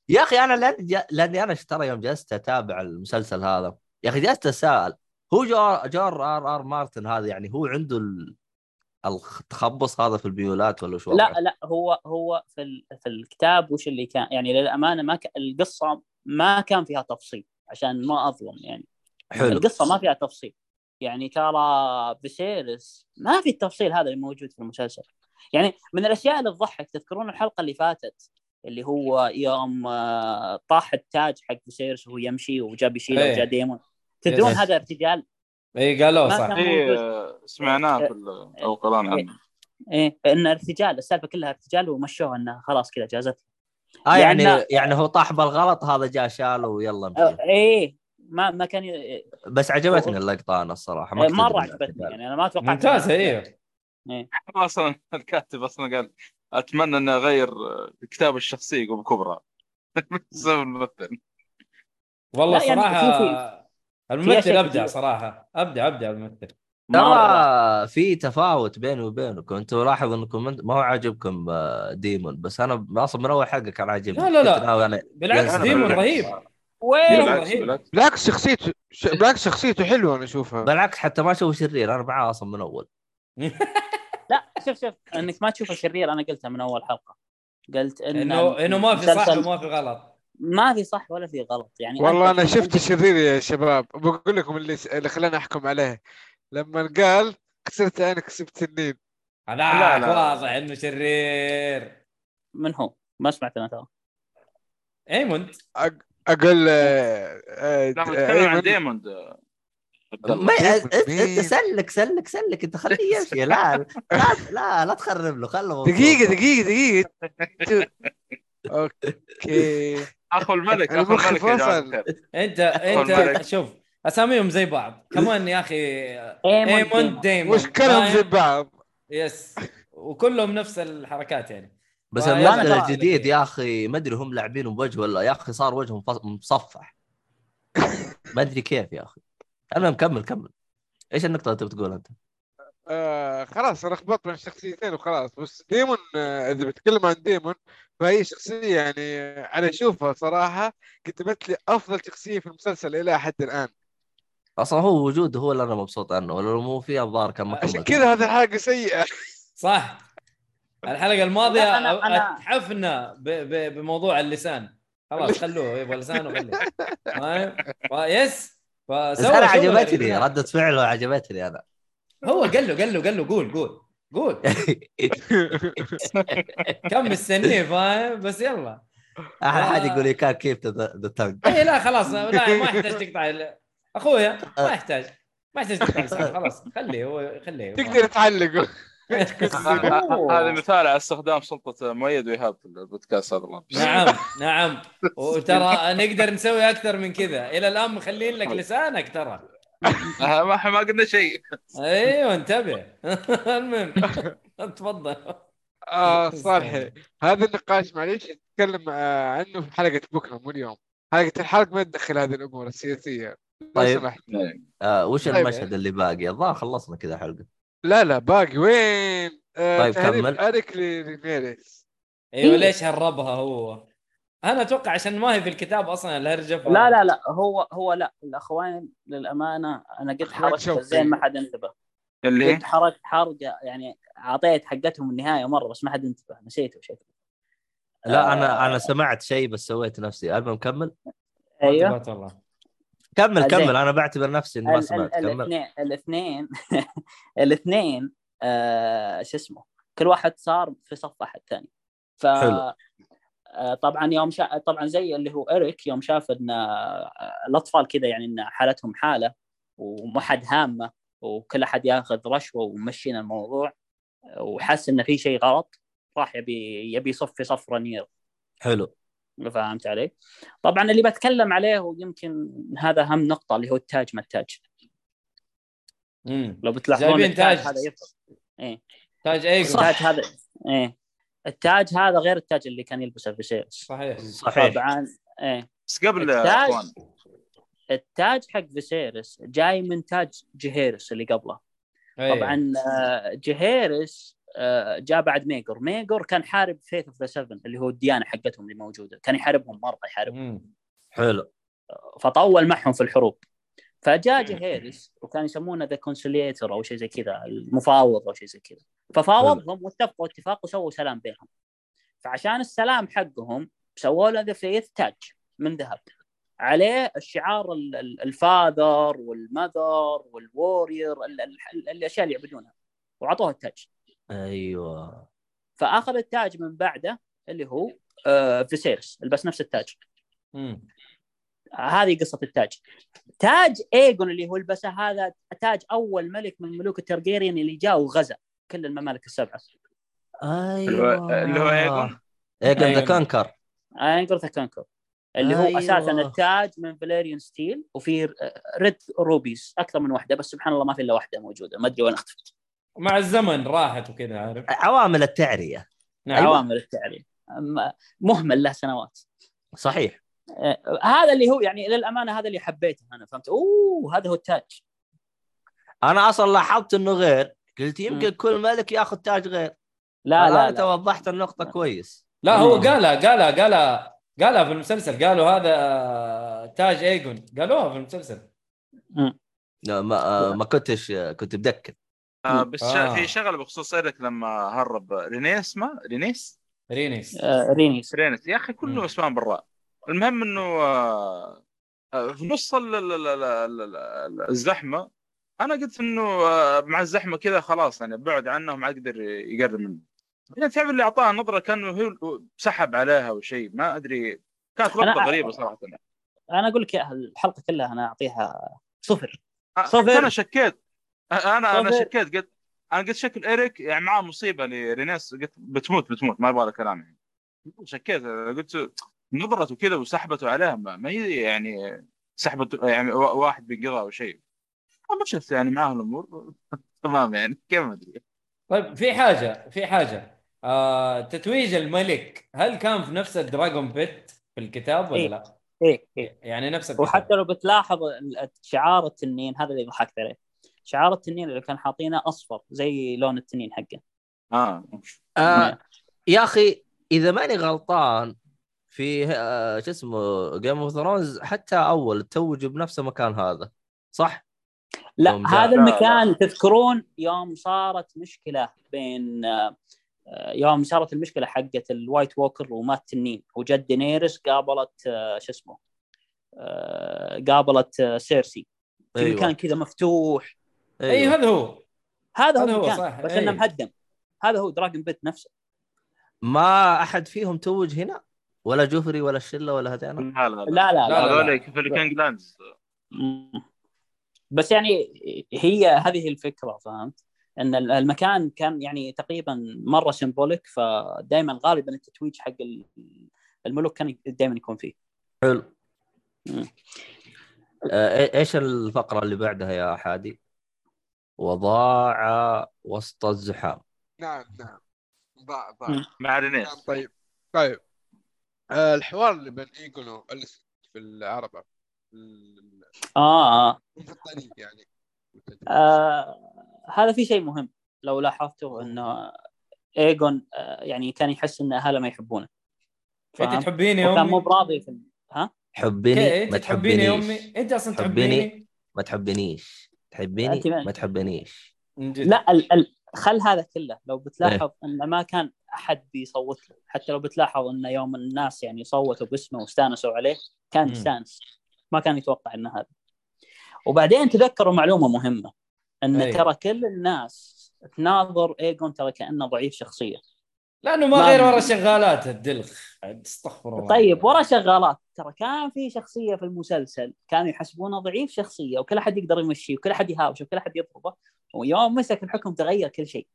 Speaker 1: يا اخي انا لأن ج... لاني انا ترى يوم جلست اتابع المسلسل هذا يا اخي جلست اتساءل هو جار جار ار ار مارتن هذا يعني هو عنده ال... التخبص هذا في الميولات ولا شو
Speaker 6: لا
Speaker 1: وضعه؟
Speaker 6: لا هو هو في ال- في الكتاب وش اللي كان يعني للامانه ما ك... القصه ما كان فيها تفصيل عشان ما اظلم يعني
Speaker 1: حلو
Speaker 6: القصه ما فيها تفصيل يعني ترى بسيرس ما في التفصيل هذا اللي موجود في المسلسل يعني من الاشياء اللي تضحك تذكرون الحلقه اللي فاتت اللي هو يوم آه، طاح التاج حق بسيرس وهو يمشي وجاب يشيله
Speaker 4: إيه.
Speaker 6: وجا ديمون تدرون
Speaker 1: إيه.
Speaker 4: يس.
Speaker 6: هذا ارتجال
Speaker 4: اي قالوا
Speaker 6: ما
Speaker 4: صح
Speaker 6: كان-
Speaker 5: إيه، سمعناه في ال- او قرانا عنه
Speaker 6: ايه انه ارتجال السالفه كلها ارتجال ومشوها انه خلاص كذا جازت
Speaker 1: آه يعني
Speaker 6: لأن-
Speaker 1: يعني هو طاح بالغلط هذا جاء شاله ويلا
Speaker 6: أه،
Speaker 1: مشي
Speaker 6: ايه ما ما كان ي-
Speaker 1: بس عجبتني اللقطه انا الصراحه ما
Speaker 6: إيه،
Speaker 1: كنت
Speaker 6: مره
Speaker 1: أدري إيه.
Speaker 6: عجبتني
Speaker 1: يعني.
Speaker 6: يعني انا ما توقعت
Speaker 4: ممتازه ايوه
Speaker 5: اصلا الكاتب اصلا قال اتمنى اني اغير كتاب الشخصيه بكبرى بسبب الممثل
Speaker 4: والله
Speaker 6: لا، يعني
Speaker 4: صراحه
Speaker 6: في-
Speaker 4: الممثل
Speaker 6: أشياء
Speaker 4: ابدع
Speaker 6: كثير.
Speaker 4: صراحه ابدع ابدع الممثل
Speaker 5: يعني
Speaker 6: مرة.
Speaker 1: ترى في تفاوت بيني وبينكم انتم لاحظ انكم انت- ما هو عاجبكم آه، ديمون بس انا اصلا من اول حلقه كان عاجبني
Speaker 4: لا، لا، لا.
Speaker 1: كنت ناوي انا
Speaker 4: بالعكس
Speaker 1: يعني أنا
Speaker 4: ديمون
Speaker 1: بالعكس.
Speaker 4: رهيب
Speaker 6: وين
Speaker 5: بالعكس بالعكس
Speaker 3: بالعكس شخصيته ش- بالعكس شخصيته حلوه انا اشوفها
Speaker 1: بالعكس حتى ما اشوفه شرير انا معاه اصلا من اول
Speaker 6: لا شوف شوف انك ما تشوفه شرير انا قلتها من اول حلقه قلت انه
Speaker 4: انه انه ما في صح
Speaker 6: مسلسل-
Speaker 4: وما في غلط
Speaker 6: ما في صح ولا في غلط يعني
Speaker 3: والله
Speaker 6: أنت-
Speaker 3: انا شفت
Speaker 6: أنت-
Speaker 3: الشرير يا شباب بقول لكم اللي اللي خلاني احكم عليه لما قال كسرت عينك كسبت النيل
Speaker 5: لا،
Speaker 4: هذاك
Speaker 5: لا.
Speaker 4: واضح انه شرير
Speaker 6: من هو؟ ما سمعت انا ترى
Speaker 4: ايموند
Speaker 3: اقول آه، آه،
Speaker 5: لا بتكلم عن
Speaker 3: أيمن-
Speaker 5: ديموند أيوة. عبد الله.
Speaker 1: ما
Speaker 3: كيف
Speaker 1: انت انت
Speaker 3: مين؟
Speaker 1: سلك سلك سلك انت خليه يمشي لا لا لا, لا تخرب له خله مبسوط.
Speaker 3: دقيقة دقيقة دقيقة اوكي
Speaker 5: اخو الملك اخو
Speaker 3: المخ
Speaker 5: الملك يا جماعه
Speaker 3: فصل.
Speaker 5: الخير
Speaker 4: انت
Speaker 5: الملك.
Speaker 4: انت شوف اساميهم زي بعض كمان يا اخي
Speaker 6: إيه،
Speaker 4: ايموند ديمون
Speaker 3: وش كلام زي بعض
Speaker 4: يس وكلهم نفس الحركات يعني
Speaker 1: بس
Speaker 4: وأنا
Speaker 1: الممثل
Speaker 4: ترى-
Speaker 1: الجديد يا اخي ما ادري هم لاعبينه بوجه ولا يا اخي صار وجهه مفص- مصفح ما ادري كيف يا اخي المهم كمل كمل ايش النقطة اللي تبي تقول انت؟
Speaker 3: آه خلاص انا لخبطت بين الشخصيتين وخلاص بس ديمون آه، اذا بتكلم عن ديمون فهي شخصية يعني آه، انا اشوفها صراحة قدمت لي افضل شخصية في المسلسل الى حد الان
Speaker 1: اصلا هو وجوده هو اللي انا مبسوط عنه ولو مو فيه الظاهر كان ما
Speaker 3: عشان
Speaker 1: كمل
Speaker 3: كذا هذه الحلقة سيئة
Speaker 4: صح الحلقه الماضيه
Speaker 6: لا، أنا- أنا-
Speaker 4: اتحفنا ب- ب- بموضوع اللسان خلاص خلوه يبغى لسانه خليه فاهم؟ ف- يس
Speaker 1: بس انا
Speaker 4: فسوى شغل
Speaker 1: عجبتني
Speaker 4: الرجال.
Speaker 1: ردة فعله عجبتني انا
Speaker 4: هو قال له قال له قال له قول قول قول كم مستنيه فاهم بس يلا
Speaker 1: احلى حاجة يقول لي كان كيف ذا تانج
Speaker 4: اي لا خلاص لا ما يحتاج تقطع ال- اخويا ما يحتاج ما يحتاج تقطع لسانه، خلاص خليه هو خليه
Speaker 3: تقدر تعلقه
Speaker 5: هذا مثال على استخدام سلطه مؤيد وايهاب في البودكاست هذا والله.
Speaker 4: نعم نعم وترى نقدر نسوي اكثر من كذا الى الان مخلين لك لسانك ترى
Speaker 5: آه، ما إحنا ما قلنا شيء
Speaker 4: ايوه انتبه المهم تفضل
Speaker 3: آه صالحي هذا النقاش معليش نتكلم آه عنه في حلقة بكرة مو اليوم حلقة الحلقة ما تدخل هذه الأمور السياسية لو
Speaker 1: طيب.
Speaker 3: سمحت.
Speaker 5: نعم.
Speaker 1: آه وش
Speaker 3: طيب.
Speaker 1: المشهد اللي باقي؟ الظاهر خلصنا كذا حلقة
Speaker 3: لا لا باقي وين؟ آه
Speaker 1: طيب،
Speaker 3: تهريب
Speaker 1: كمل.
Speaker 3: أريك لريميريس
Speaker 4: ايوه ليش هربها هو؟ انا اتوقع عشان ما هي في الكتاب اصلا الهرجه ف-
Speaker 6: لا لا لا هو هو لا الاخوان للامانه انا قلت
Speaker 3: أخوان إيه.
Speaker 6: حركه
Speaker 3: شوقي.
Speaker 6: زين ما حد انتبه
Speaker 5: اللي هي
Speaker 6: قلت حركه حرقه يعني اعطيت حقتهم النهايه مره بس ما حد انتبه نسيته شكله
Speaker 1: لا
Speaker 6: آه.
Speaker 1: انا انا سمعت شيء بس سويت نفسي المهم كمل
Speaker 6: ايوه
Speaker 4: انتبهت والله
Speaker 1: كمل
Speaker 6: زين.
Speaker 1: كمل انا بعتبر نفسي اني ما
Speaker 6: ال-
Speaker 1: سمعت
Speaker 6: ال-
Speaker 1: كمل
Speaker 6: الاثنين الاثنين الاثنين آه، شو اسمه كل واحد صار في صف احد ثاني ف
Speaker 1: حلو.
Speaker 6: آه، طبعا يوم شا... طبعا زي اللي هو اريك يوم شاف ان آه، الاطفال كذا يعني ان حالتهم حاله وما حد هامه وكل احد ياخذ رشوه ومشينا الموضوع آه، وحس ان في شيء غلط راح يبي يبي يصف في صف رنير
Speaker 1: حلو
Speaker 6: فهمت علي؟ طبعا اللي بتكلم عليه ويمكن هذا اهم نقطه اللي هو التاج ما التاج
Speaker 4: امم
Speaker 6: لو بتلاحظون
Speaker 4: جايبين
Speaker 6: التاج
Speaker 4: تاج.
Speaker 6: هذا يفرق
Speaker 4: تاج أيوة، ايجو
Speaker 6: التاج هذا ايه التاج هذا غير التاج اللي كان يلبسه في فيسيرس
Speaker 4: صحيح
Speaker 1: صحيح
Speaker 6: طبعا ايه
Speaker 5: بس قبل
Speaker 6: التاج.
Speaker 5: يا اخوان
Speaker 6: التاج حق فيسيرس جاي من تاج جهيرس اللي قبله
Speaker 4: أيوة.
Speaker 6: طبعا آه، جهيرس آه، جاء بعد ميجور ميجور كان حارب فيث اوف ذا سفن اللي هو الديانه حقتهم اللي موجوده كان يحاربهم مره يحاربهم
Speaker 4: أمم.
Speaker 1: حلو
Speaker 6: فطول معهم في الحروب فجاء جهيرس وكان يسمونه ذا كونسليتر او شيء زي كذا المفاوض او شيء زي كذا ففاوضهم واتفقوا اتفاق وسووا سلام بينهم فعشان السلام حقهم سووا له ذا فيث تاج من ذهب عليه الشعار ال- ال- الفاذر والمذر والوورير ال- ال- ال- الاشياء اللي يعبدونها واعطوه التاج
Speaker 1: ايوه
Speaker 6: فاخذ التاج من بعده اللي هو آه، فيسيرس البس نفس التاج
Speaker 4: أمم.
Speaker 6: هذه قصه التاج تاج ايجون اللي هو لبسه هذا تاج اول ملك من ملوك الترجيريان اللي جاء وغزا كل الممالك السبعه
Speaker 1: ايوه
Speaker 5: اللي هو إيجون؟
Speaker 1: ايجون ذا
Speaker 4: أيوة.
Speaker 1: كونكر
Speaker 6: انجر ذا كونكر اللي هو
Speaker 1: أيوة.
Speaker 6: أيوة. اساسا التاج من فاليريان ستيل وفيه ريد روبيز اكثر من واحده بس سبحان الله ما في الا واحده موجوده ما ادري وين اختفت
Speaker 4: مع الزمن راحت وكذا عارف
Speaker 1: عوامل التعريه
Speaker 4: نعم
Speaker 6: أيوة. عوامل التعريف أما- مهمل له سنوات
Speaker 1: صحيح
Speaker 6: آه، هذا اللي هو يعني للامانه هذا اللي حبيته انا فهمت اوه هذا هو التاج
Speaker 1: انا اصلا لاحظت انه غير قلت يمكن
Speaker 6: مم.
Speaker 1: كل ملك ياخذ تاج غير
Speaker 6: لا
Speaker 1: الآن
Speaker 6: لا,
Speaker 1: انت
Speaker 6: لا.
Speaker 1: وضحت النقطه كويس
Speaker 4: لا هو
Speaker 6: أمم.
Speaker 4: قالها قالها قالها قالها في المسلسل قالوا هذا آه، تاج ايجون قالوها في المسلسل
Speaker 1: لا، ما آه، ما كنتش آه، كنت مدكر
Speaker 5: آه، بس
Speaker 4: آه.
Speaker 5: شا- في شغله بخصوص ايريك لما هرب رينيس ما رينيس
Speaker 4: رينيس
Speaker 6: آه، رينيس
Speaker 5: رينيس يا اخي
Speaker 4: مم.
Speaker 5: كله اسماء بالراء المهم انه آه، آه، في نص ال- ال- ال- ال- ال- ال- الزحمه انا قلت انه آه، مع الزحمه كذا خلاص يعني بعد عنهم ما اقدر يقرب منه يعني تعرف اللي اعطاها نظره كانه هو سحب عليها او شيء ما ادري كانت
Speaker 6: أنا
Speaker 5: لقطه
Speaker 6: أع-
Speaker 5: غريبه صراحه
Speaker 6: انا اقول لك يا، الحلقه كلها انا اعطيها صفر
Speaker 5: أ-
Speaker 6: صفر.
Speaker 5: انا شكيت أ- انا انا
Speaker 6: صفر.
Speaker 5: شكيت قلت انا قلت شكل اريك يعني معاه مصيبه لرينيس قلت بتموت بتموت ما يبغى لها كلام يعني شكيت قلت نظرته كذا وسحبته عليها ما, ما هي يعني سحبته يعني وا- واحد بينقضها او شيء مشت يعني معاه الامور تمام يعني كيف ما ادري
Speaker 4: طيب في حاجه في حاجه آه تتويج الملك هل كان في نفس الدراجون بيت في الكتاب ولا
Speaker 6: إيه.
Speaker 4: لا؟
Speaker 6: ايه ايه
Speaker 4: يعني نفس الكتاب
Speaker 6: وحتى لو بتلاحظ ال- شعار التنين هذا اللي ضحكت عليه شعار التنين اللي كان حاطينه اصفر زي لون التنين حقه
Speaker 5: اه
Speaker 1: آه يا اخي اذا ماني غلطان في آه شو اسمه جيم اوف ثرونز حتى اول توج بنفس المكان هذا صح؟ يوم
Speaker 6: لا
Speaker 1: جاء-
Speaker 6: هذا
Speaker 5: لا،
Speaker 6: المكان تذكرون يوم صارت مشكله بين آه، آه، يوم صارت المشكله حقت الوايت ووكر ومات تنين وجد دينيرس قابلت آه، شو اسمه آه، قابلت آه، سيرسي في
Speaker 1: أيوة.
Speaker 6: مكان كذا مفتوح
Speaker 4: اي
Speaker 1: ايوه
Speaker 6: أيوه.
Speaker 4: إيه، هذا هو
Speaker 6: هذا
Speaker 4: هذا
Speaker 6: هو
Speaker 4: هو
Speaker 6: المكان
Speaker 4: صح،
Speaker 6: بس
Speaker 4: أي.
Speaker 6: انه مهدم هذا هو دراجون بيت نفسه
Speaker 1: ما احد فيهم توج هنا ولا جوفري ولا الشله ولا هذينا
Speaker 5: لا لا
Speaker 6: لا لا
Speaker 4: لا،
Speaker 6: لا,
Speaker 4: لا.
Speaker 5: هذول كفر كينج لاندز
Speaker 6: بس يعني هي هذه الفكره فهمت ان ال- المكان كان يعني تقريبا مره سيمبوليك فدائما غالبا التتويج حق ال- الملوك كان دائما يكون فيه
Speaker 1: حلو
Speaker 6: مم.
Speaker 1: آه إي- ايش الفقره اللي بعدها يا حادي؟ وضاع وسط الزحام
Speaker 3: نعم نعم ضاع ضاع
Speaker 6: مم.
Speaker 5: مع
Speaker 3: نعم،
Speaker 5: رينيس
Speaker 3: طيب طيب آه، الحوار اللي بين ايجون واليسن في العربة ال-
Speaker 6: اه, آه.
Speaker 3: في الطريق يعني
Speaker 6: آه هذا في شيء مهم لو لاحظتوا انه ايجون آه يعني كان يحس ان اهله ما يحبونه
Speaker 4: انت
Speaker 6: فاهم؟
Speaker 4: تحبيني يا
Speaker 6: وكان
Speaker 4: امي
Speaker 6: مو براضي في ال- ها
Speaker 1: حبني
Speaker 4: انت
Speaker 1: إيه، ما
Speaker 4: تحبيني يا
Speaker 1: تحبنيش
Speaker 4: امي انت اصلا
Speaker 1: تحبيني؟
Speaker 4: تحبيني
Speaker 1: ما تحبنيش تحبيني
Speaker 6: أنت ما-
Speaker 1: ما تحبنيش
Speaker 4: من جد.
Speaker 6: لا ال ال خل هذا كله لو بتلاحظ انه ما كان احد بيصوت له حتى لو بتلاحظ انه يوم الناس يعني صوتوا باسمه واستانسوا عليه كان
Speaker 4: مم.
Speaker 6: مستانس ما كان يتوقع انه هذا وبعدين تذكروا معلومه مهمه ان
Speaker 4: أي.
Speaker 6: ترى كل الناس تناظر ايجون ترى كانه ضعيف شخصيه
Speaker 4: لانه ما
Speaker 6: ما-
Speaker 4: غير ورا شغالات الدلخ عاد استغفر الله
Speaker 6: طيب ورا شغالات ترى كان في شخصيه في المسلسل كانوا يحسبونه ضعيف شخصيه وكل احد يقدر يمشيه وكل احد يهاوشه وكل احد يضربه ويوم مسك الحكم تغير كل شيء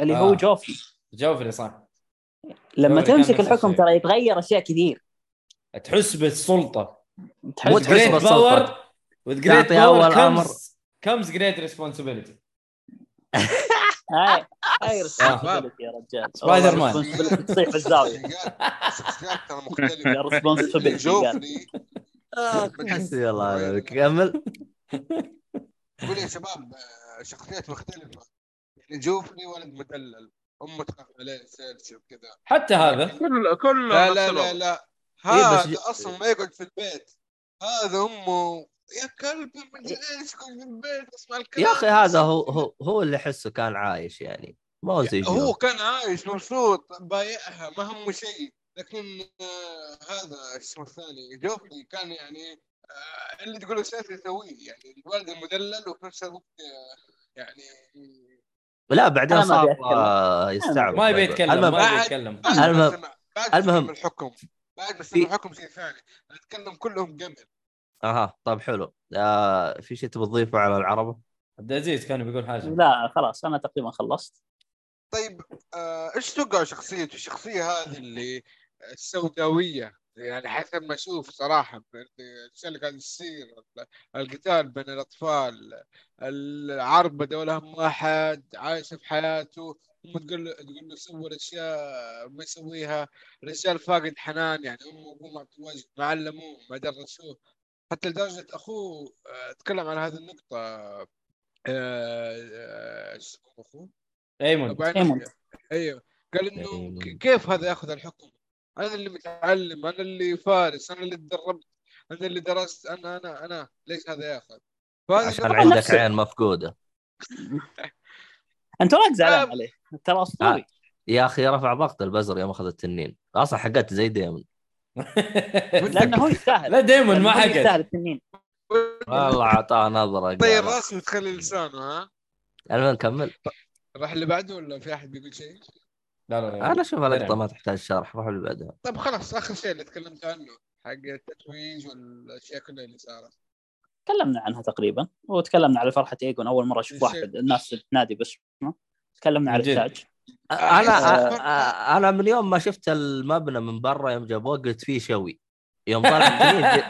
Speaker 6: اللي هو
Speaker 4: آه.
Speaker 6: جوفري
Speaker 4: جوفري صح
Speaker 6: لما
Speaker 4: جوفري كان
Speaker 6: تمسك
Speaker 4: نفس
Speaker 6: الحكم
Speaker 4: الشيء.
Speaker 6: ترى يتغير اشياء كثير
Speaker 4: تحس بالسلطه
Speaker 1: مو
Speaker 4: With
Speaker 6: تحس
Speaker 1: تحس
Speaker 4: great
Speaker 1: بالسلطة.
Speaker 4: power- with great
Speaker 1: تعطي
Speaker 4: power
Speaker 1: أول
Speaker 4: comes-
Speaker 1: أمر.
Speaker 4: comes great responsibility
Speaker 6: هاي هاي responsibility يا رجال
Speaker 4: سبايدر مان.
Speaker 6: responsibility تصيح في الزاويه
Speaker 3: شخصيات ترى مختلفة يعني
Speaker 6: يا responsibility قال.
Speaker 3: جوفري
Speaker 6: آه،
Speaker 1: آه. حسبي الله عليك كمل
Speaker 3: يقول يا شباب آه، شخصيات مختلفة يعني جوفري ولد مدلل امه تخاف عليه سيرسي وكذا
Speaker 4: حتى هذا
Speaker 5: كل كل
Speaker 3: لا
Speaker 5: نفس
Speaker 3: لا لا
Speaker 5: الوضع.
Speaker 3: لا
Speaker 1: إيه، بس
Speaker 3: هذا
Speaker 1: ج-
Speaker 3: اصلا ما يقعد في البيت هذا امه يا كلب ما ادري ايش يقعد في البيت اسمع الكلام
Speaker 1: إيه. يا اخي هذا هو هو هو اللي احسه كان عايش يعني ما هو زي
Speaker 3: هو
Speaker 1: شو
Speaker 3: كان عايش مبسوط بايعها ما همه شيء لكن آه هذا اسمه الثاني جوفري كان يعني آه اللي تقوله سياسي يسويه يعني الولد المدلل وفي نفس الوقت آه يعني
Speaker 1: لا بعدين
Speaker 6: أنا ما
Speaker 1: صار
Speaker 6: أبي أتكلم.
Speaker 1: آه، يستعبط
Speaker 4: ما يبي يتكلم
Speaker 1: المهم
Speaker 4: ما يبي
Speaker 3: بعد-
Speaker 4: يتكلم
Speaker 3: بعد ما
Speaker 1: المهم-
Speaker 3: سمع- بعد
Speaker 1: المهم.
Speaker 3: المهم الحكم بعد بس
Speaker 1: في-
Speaker 3: الحكم شيء ثاني نتكلم كلهم قبل
Speaker 1: اها طيب حلو آه في شيء تبي تضيفه على العربه؟
Speaker 4: عبد العزيز كان بيقول حاجه
Speaker 6: لا خلاص انا تقريبا خلصت
Speaker 3: طيب آه، ايش توقع شخصية الشخصية هذه اللي السوداوية يعني حسب ما اشوف صراحة يعني الاشياء اللي قاعد تصير القتال بين الاطفال العربدة ولا هم احد عايشة في حياته أمه تقول له تقول له سوي الاشياء ما يسويها رجال فاقد حنان يعني امه وابوه ما عطوه وجه ما علموه ما درسوه حتى لدرجة اخوه آه، تكلم عن هذه النقطة آه، آه، ايش اسمه اخوه؟
Speaker 4: ايمن
Speaker 3: أبو عنب.
Speaker 6: ايمون
Speaker 3: ايوه قال
Speaker 1: إيه،
Speaker 3: انه ك- كيف هذا ياخذ الحكم؟ انا اللي متعلم، انا اللي فارس، انا اللي تدربت، انا اللي درست، انا انا انا ليش هذا ياخذ؟ فهذا
Speaker 1: عشان
Speaker 3: نقطة
Speaker 1: عندك
Speaker 6: نفسه.
Speaker 1: عين مفقوده
Speaker 6: انت وراك زعلان
Speaker 3: آه.
Speaker 6: عليه ترى اسطوري
Speaker 1: يا اخي رفع ضغط البزر يوم اخذ التنين اصلا حقت زي ديمن
Speaker 6: لانه هو يستاهل
Speaker 4: آه. لا دايما
Speaker 6: لأنه
Speaker 4: ما
Speaker 6: هو
Speaker 4: حقت
Speaker 6: يستاهل التنين
Speaker 1: والله اعطاه نظره
Speaker 4: طيب،
Speaker 3: طير
Speaker 1: قال.
Speaker 3: راسه تخلي لسانه ها
Speaker 1: المهم نكمل
Speaker 3: راح اللي بعده ولا في احد بيقول شيء؟
Speaker 4: لا لا لا
Speaker 1: انا اشوف اللقطه
Speaker 4: نعم.
Speaker 1: ما تحتاج شرح روحوا اللي بعدها
Speaker 3: طيب خلاص اخر شيء اللي تكلمت عنه حق التتويج والاشياء كلها اللي صارت
Speaker 6: تكلمنا عنها تقريبا وتكلمنا على فرحه ايجون اول مره اشوف
Speaker 3: بالشيء.
Speaker 6: واحد الناس تنادي باسمه تكلمنا على
Speaker 4: من جد.
Speaker 6: التاج
Speaker 4: آه،
Speaker 1: انا
Speaker 4: إيه.
Speaker 3: أحس-
Speaker 1: أ- انا من يوم ما شفت المبنى من برا يوم جابوه قلت فيه شوي يوم طلع التنين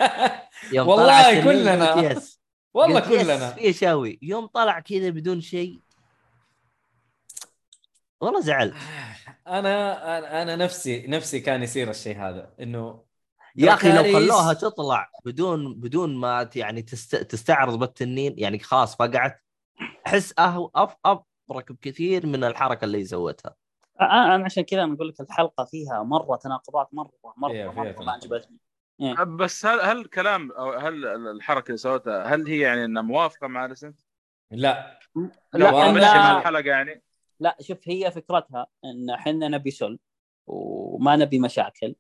Speaker 1: يوم طلع
Speaker 4: والله
Speaker 1: التنين
Speaker 4: كلنا.
Speaker 1: قلت يس
Speaker 4: والله
Speaker 1: قلت يس
Speaker 4: كلنا
Speaker 1: فيه شوي يوم طلع كذا بدون شيء والله زعلت
Speaker 4: انا انا انا نفسي نفسي كان يصير الشيء هذا انه
Speaker 1: يا اخي لو
Speaker 4: دراكاريس-
Speaker 1: خلوها تطلع بدون بدون ما ت- يعني تست... تستعرض بالتنين يعني خلاص فقعت احس أهو أف... ابرك بكثير من الحركه اللي سوتها
Speaker 6: أ- انا آه، عشان كذا انا اقول لك الحلقه فيها مره تناقضات مره مره
Speaker 4: فيها-
Speaker 6: مره,
Speaker 4: فيها
Speaker 6: ما
Speaker 4: تناقضات.
Speaker 6: عجبتني
Speaker 5: بس هل هل الكلام او هل الحركه اللي سوتها هل هي يعني انها موافقه مع الاسم؟
Speaker 4: لا
Speaker 6: لا
Speaker 4: والله
Speaker 5: ماشي مع
Speaker 6: أنا...
Speaker 5: الحلقه يعني
Speaker 6: لا شوف هي فكرتها ان احنا نبي سل وما نبي مشاكل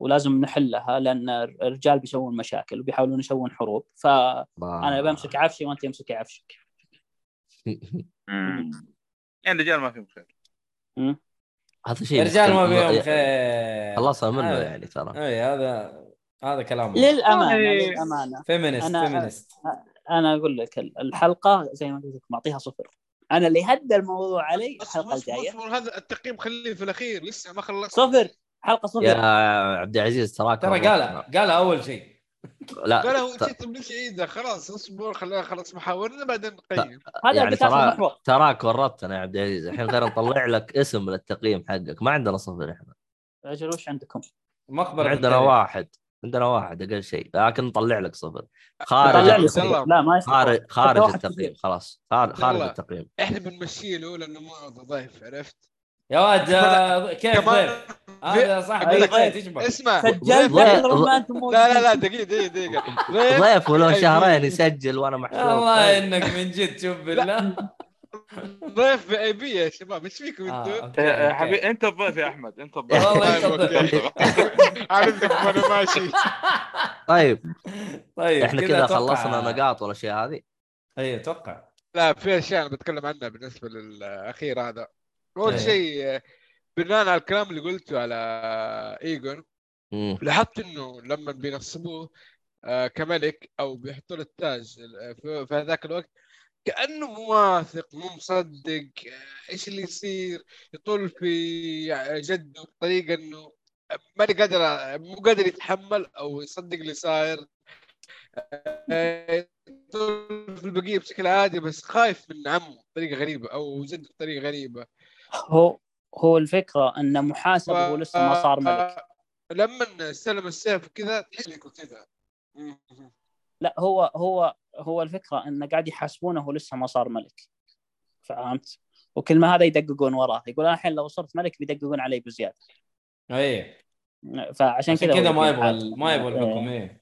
Speaker 6: ولازم نحلها لان الرجال بيسوون مشاكل وبيحاولون يسوون حروب فانا
Speaker 1: انا
Speaker 6: بمسك عفشي وانت امسك عفشك
Speaker 5: مم. يعني الرجال ما فيهم خير
Speaker 1: هذا شيء
Speaker 4: يا رجال ما
Speaker 1: مختلف.
Speaker 4: فيهم خير
Speaker 1: خلصنا منه
Speaker 4: آه.
Speaker 1: يعني ترى
Speaker 4: اي هذا هذا كلام
Speaker 6: للامانه
Speaker 5: والله-
Speaker 6: للامانه
Speaker 4: فيمينست
Speaker 6: أنا-
Speaker 4: فيمينست
Speaker 6: انا اقول لك ال- الحلقه زي ما قلت لك معطيها صفر انا اللي هدى الموضوع علي الحلقه
Speaker 3: أصبر-
Speaker 6: الجايه
Speaker 3: أصبر، هذا التقييم خليه في الاخير لسه ما خلصت
Speaker 6: صفر حلقه صفر
Speaker 1: يا عبد العزيز تراك
Speaker 4: طيب. ترى قالها قالها اول شيء
Speaker 3: قال هو
Speaker 1: لا ت-
Speaker 3: انت تبلش عيده خلاص اصبر خلينا خلاص محاورنا بعدين نقيم
Speaker 6: هذا
Speaker 1: يعني
Speaker 6: يعني
Speaker 1: ترى-
Speaker 6: المحور
Speaker 1: تراك ورطتنا يا عبد العزيز الحين غير نطلع لك اسم للتقييم حقك ما عندنا صفر احنا
Speaker 6: اجل وش عندكم؟
Speaker 4: مقبره
Speaker 1: عندنا
Speaker 4: الدرب.
Speaker 1: واحد عندنا واحد اقل شيء لكن نطلع لك صفر خارج
Speaker 6: طلع لي
Speaker 1: التقييم.
Speaker 6: صفر لا ما يصير
Speaker 1: خارج خارج
Speaker 6: واحد
Speaker 1: التقييم
Speaker 6: كثير.
Speaker 1: خلاص خارج, خارج
Speaker 3: يلا.
Speaker 1: التقييم
Speaker 3: احنا بنمشيه له لانه ما ضيف عرفت
Speaker 4: يا واد آه، كيف
Speaker 3: كمان
Speaker 4: ضيف هذا صاحب
Speaker 6: أي
Speaker 4: البيت
Speaker 6: ضيف.
Speaker 4: تشبه
Speaker 3: اسمع
Speaker 6: سجلت
Speaker 1: ضيف-
Speaker 6: اكثر ما انتم
Speaker 3: لا لا
Speaker 6: موجودين.
Speaker 3: لا دقيقه دقيقه دقيقه ضيف
Speaker 1: ضيف ولو
Speaker 3: أي-
Speaker 1: شهرين يسجل وانا محسوب
Speaker 4: والله انك من جد شوف بالله
Speaker 3: ضيف في اي بي يا شباب ايش فيكم
Speaker 4: آه،
Speaker 3: انتم؟
Speaker 4: أوكي،
Speaker 5: يا
Speaker 4: أوكي.
Speaker 5: إيه، حبيبي انت الضيف يا احمد انت الضيف
Speaker 4: والله أنت
Speaker 3: طيب،
Speaker 4: الضيف.
Speaker 3: أوكي. عرفتك وانا ماشي
Speaker 1: طيب
Speaker 4: طيب
Speaker 1: احنا كذا
Speaker 4: أتوقع- إيه،
Speaker 1: خلصنا نقاط والاشياء هذه
Speaker 4: اي اتوقع
Speaker 3: لا في اشياء انا بتكلم عنها بالنسبه للاخير هذا
Speaker 4: إيه.
Speaker 3: اول شيء آه، بناء على الكلام اللي قلته على ايجون
Speaker 1: مم.
Speaker 3: لاحظت انه لما بينصبوه آه، كملك او بيحطوا له التاج في في هذاك الوقت كانه مو واثق مو مصدق آه، ايش اللي يصير يطول في جده بطريقه انه ماني قادر مو قادر يتحمل او يصدق اللي صاير آه، يطول في البقيه بشكل عادي بس خايف من عمه بطريقه غريبه او جده بطريقه غريبه
Speaker 6: هو هو الفكره انه محاسب وهو لسه ما صار ملك
Speaker 3: آه، لما استلم السيف كذا تحس إنه كذا
Speaker 6: لا هو هو هو الفكره انه قاعد يحاسبونه وهو لسه ما صار ملك فهمت؟ وكل ما هذا يدققون وراه يقول أنا الحين لو صرت ملك بيدققون علي بزياده
Speaker 4: اي
Speaker 6: فعشان
Speaker 4: إيه، عشان
Speaker 6: كذا
Speaker 4: كذا
Speaker 6: هو
Speaker 4: ما
Speaker 6: يقول
Speaker 4: يبغى ال- ما يبغى
Speaker 6: إيه.
Speaker 4: الحكم اي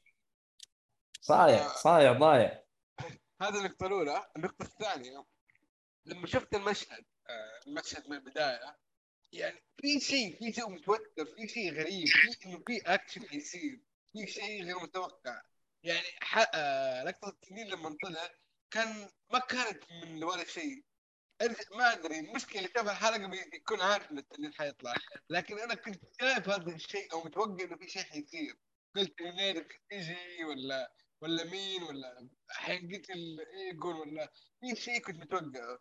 Speaker 4: صايع صايع ضايع
Speaker 3: هذا النقطة الأولى، النقطة الثانية لما شفت المشهد آه، المشهد من البداية يعني في شيء في جو متوتر في شيء غريب في انه في اكشن حيصير في شيء غير متوقع يعني ح... آه، لقطة التنين لما طلع كان ما كانت من ولا شيء أرج- ما ادري المشكله كيف الحلقه بيكون عارف ان التنين حيطلع لكن انا كنت شايف هذا الشيء او متوقع انه في شيء حيصير قلت منين تيجي ولا ولا مين ولا حيقتل ايجون ولا في شيء كنت متوقعه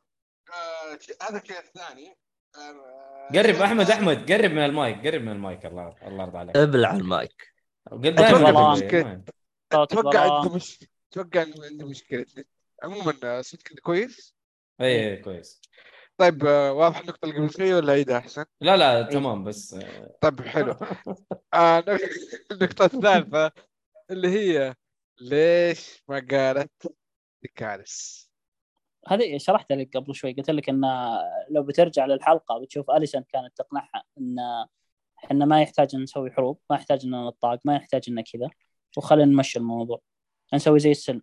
Speaker 3: آه ش- هذا الشيء الثاني آه،
Speaker 4: قرب احمد احمد قرب من المايك قرب من المايك الله الله يرضى عليك
Speaker 1: ابلع المايك
Speaker 4: قدام
Speaker 6: والله
Speaker 4: المايك.
Speaker 6: صوتك
Speaker 3: اتوقع
Speaker 6: برا.
Speaker 3: عنده مش اتوقع انه عنده مشكله عموما آه، صوت كده كويس
Speaker 4: اي إي، إيه، كويس
Speaker 3: طيب آه، واضح النقطه اللي قبل شوي ولا عيدها احسن
Speaker 4: لا
Speaker 3: إيه.
Speaker 4: لا تمام بس آه،
Speaker 3: طيب حلو آه، نك- النقطه الثالثه اللي هي ليش ما قالت لكارس
Speaker 6: هذه شرحت لك قبل شوي قلت لك ان لو بترجع للحلقه بتشوف اليسن كانت تقنعها ان احنا ما يحتاج إن نسوي حروب ما يحتاج ان نطاق ما يحتاج ان كذا وخلينا نمشي الموضوع نسوي زي السلم